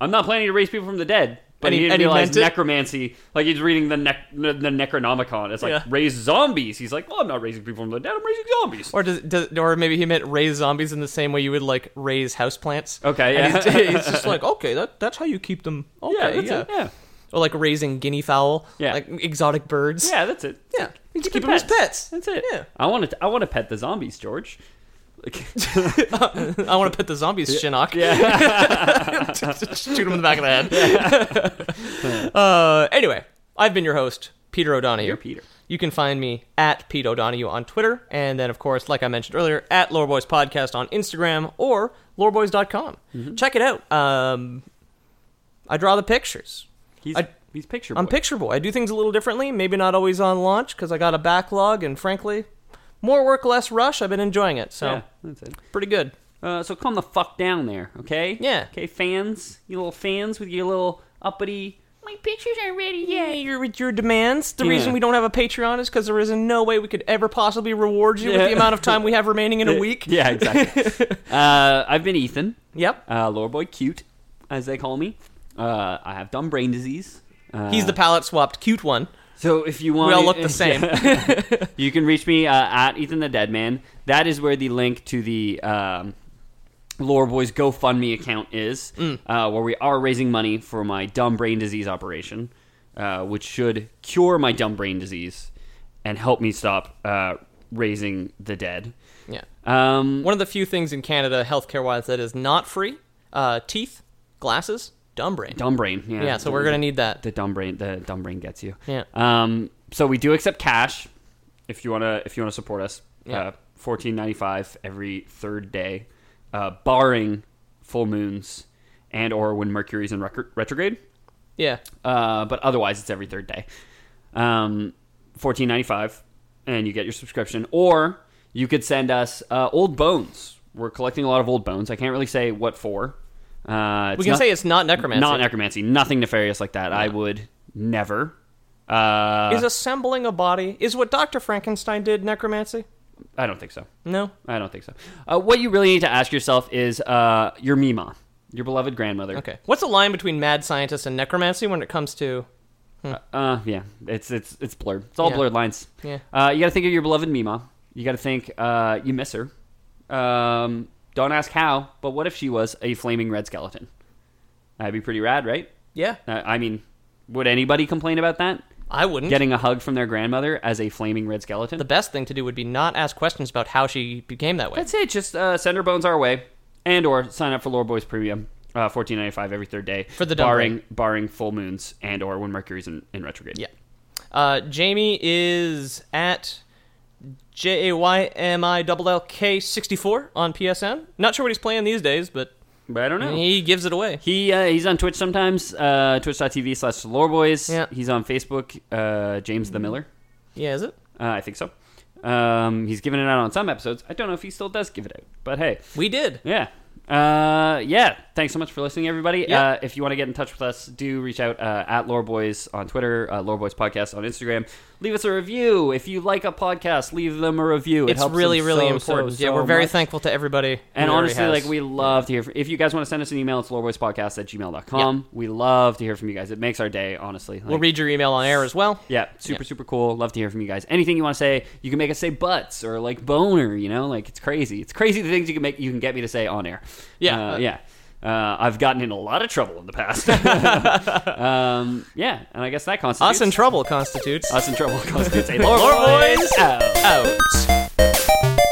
Speaker 1: I'm not planning to raise people from the dead. But
Speaker 2: And
Speaker 1: he,
Speaker 2: he-
Speaker 1: didn't
Speaker 2: and he
Speaker 1: realize
Speaker 2: meant it?
Speaker 1: necromancy. Like he's reading the nec- the Necronomicon. It's like
Speaker 2: Yeah.
Speaker 1: raise zombies. He's like, well, I'm not raising people from the dead. I'm raising zombies.
Speaker 2: Or does, does or maybe he meant raise zombies in the same way you would like raise houseplants.
Speaker 1: Okay,
Speaker 2: And
Speaker 1: yeah.
Speaker 2: he's, he's just like okay, that, that's how you keep them. Okay,
Speaker 1: yeah,
Speaker 2: yeah,
Speaker 1: that's It. yeah,
Speaker 2: Or like raising guinea fowl.
Speaker 1: Yeah.
Speaker 2: Like exotic birds.
Speaker 1: yeah, that's it.
Speaker 2: Yeah. You
Speaker 1: It's
Speaker 2: keep them as pets.
Speaker 1: That's it.
Speaker 2: Yeah.
Speaker 1: I want to. I want to pet the zombies, George. Like,
Speaker 2: I want to pet the zombies, Shinok.
Speaker 1: yeah.
Speaker 2: Shoot him in the back of the head. uh, anyway, I've been your host, Peter O'Donohue.
Speaker 1: Dear Peter.
Speaker 2: You can find me at Pete O'Donohue on Twitter, and then, of course, like I mentioned earlier, at Loreboys Podcast on Instagram or loreboys.com.
Speaker 1: Mm-hmm.
Speaker 2: Check it out. Um, I draw the pictures.
Speaker 1: He's
Speaker 2: I-
Speaker 1: he's picture.
Speaker 2: I'm
Speaker 1: boy.
Speaker 2: Picture Boy. I do things a little differently, maybe not always on launch because I got a backlog, and frankly, more work, less rush. I've been enjoying it, so
Speaker 1: Yeah, that's it.
Speaker 2: pretty good.
Speaker 1: Uh, so calm the fuck down there, okay?
Speaker 2: Yeah.
Speaker 1: Okay, fans, you little fans with your little uppity. My pictures aren't ready
Speaker 2: Yeah,
Speaker 1: yet.
Speaker 2: your with your demands. The
Speaker 1: Yeah.
Speaker 2: reason we don't have a Patreon is because there is no way we could ever possibly reward you
Speaker 1: Yeah.
Speaker 2: with the amount of time we have remaining in a week.
Speaker 1: Yeah, exactly. uh, I've been Ethan,
Speaker 2: Yep.
Speaker 1: uh, lower boy cute, as they call me. Uh, I have dumb brain disease. Uh,
Speaker 2: He's the palette swapped cute one.
Speaker 1: so if you want,
Speaker 2: We all look the same.
Speaker 1: you can reach me uh, at Ethan the Dead Man. That is where the link to the um, Lore Boys GoFundMe account is, uh, where we are raising money for my dumb brain disease operation, uh, which should cure my dumb brain disease and help me stop uh, raising the dead.
Speaker 2: yeah.
Speaker 1: Um,
Speaker 2: One of the few things in Canada, healthcare wise, that is not free: uh, teeth, glasses, dumb brain.
Speaker 1: dumb brain. Yeah.
Speaker 2: Yeah. So we're gonna need that.
Speaker 1: the dumb brain the dumb brain gets you.
Speaker 2: Yeah.
Speaker 1: Um. So we do accept cash if you wanna if you wanna support us.
Speaker 2: Yeah.
Speaker 1: Uh, Fourteen ninety five every third day, uh, barring full moons and or when Mercury's in recor- retrograde.
Speaker 2: Yeah.
Speaker 1: Uh, but otherwise, it's every third day. Um, fourteen ninety five, and you get your subscription. Or you could send us uh, old bones. We're collecting a lot of old bones. I can't really say what for. Uh,
Speaker 2: We can say it's not necromancy.
Speaker 1: not necromancy. Nothing nefarious like that. I would never. Uh,
Speaker 2: is assembling a body is what Doctor Frankenstein did necromancy?
Speaker 1: I don't think so.
Speaker 2: No.
Speaker 1: I don't think so. Uh, what you really need to ask yourself is uh, your Mima, your beloved grandmother.
Speaker 2: Okay. What's the line between mad scientist and necromancy when it comes to?
Speaker 1: Uh, yeah, it's it's it's blurred. It's all
Speaker 2: Yeah.
Speaker 1: blurred lines.
Speaker 2: Yeah.
Speaker 1: Uh, you got to think of your beloved Mima. You got to think uh, you miss her. Um, don't ask how, but what if she was a flaming red skeleton? That'd be pretty rad, right?
Speaker 2: Yeah.
Speaker 1: Uh, I mean, would anybody complain about that?
Speaker 2: I wouldn't.
Speaker 1: Getting a hug from their grandmother as a flaming red skeleton?
Speaker 2: the best thing to do would be not ask questions about how she became that way.
Speaker 1: That's it. Just uh, send her bones our way, and or sign up for Lore Boys Premium, uh, fourteen ninety five every third day
Speaker 2: For the dumb
Speaker 1: barring barring full moons and or when Mercury's in, in retrograde.
Speaker 2: yeah. Uh, Jamie is at J A Y M I L L K 64 on PSN. Not sure what he's playing these days, but
Speaker 1: but I don't know.
Speaker 2: he gives it away.
Speaker 1: He uh, he's on Twitch sometimes. Uh, Twitch.tv slash Loreboys.
Speaker 2: Yeah. Mm-hmm.
Speaker 1: He's on Facebook. Uh, James the Miller.
Speaker 2: Yeah, is it?
Speaker 1: Uh, I think so. Um, he's given it out on some episodes. I don't know if he still does give it out, but hey,
Speaker 2: We did.
Speaker 1: yeah. Uh, yeah. Thanks so much for listening, everybody.
Speaker 2: Yeah.
Speaker 1: Uh, if you want to get in touch with us, do reach out uh, at Loreboys on Twitter, uh, Loreboys Podcast on Instagram. Leave us a review. If you like a podcast, leave them a review. It
Speaker 2: It's
Speaker 1: helps
Speaker 2: really,
Speaker 1: them
Speaker 2: really
Speaker 1: so, so,
Speaker 2: important. yeah,
Speaker 1: so
Speaker 2: we're very
Speaker 1: much.
Speaker 2: thankful to everybody.
Speaker 1: And
Speaker 2: who already
Speaker 1: honestly,
Speaker 2: has.
Speaker 1: like we love to hear. From, if you guys want to send us an email, it's loreboyspodcast at gmail.com. We love to hear from you guys. It makes our day, honestly. Like,
Speaker 2: we'll read your email on air as well.
Speaker 1: yeah, super, super cool. Love to hear from you guys. Anything you want to say, you can make us say butts or like boner. You know, like it's crazy. It's crazy the things you can make. You can get me to say on air.
Speaker 2: Yeah.
Speaker 1: Uh, yeah. Uh, I've gotten in a lot of trouble in the past. um, yeah, and I guess that constitutes
Speaker 2: Us in trouble constitutes.
Speaker 1: us in trouble constitutes a
Speaker 2: Loreboys
Speaker 1: Oh. Loreboys out.
Speaker 2: out.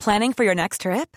Speaker 3: Planning for your next trip?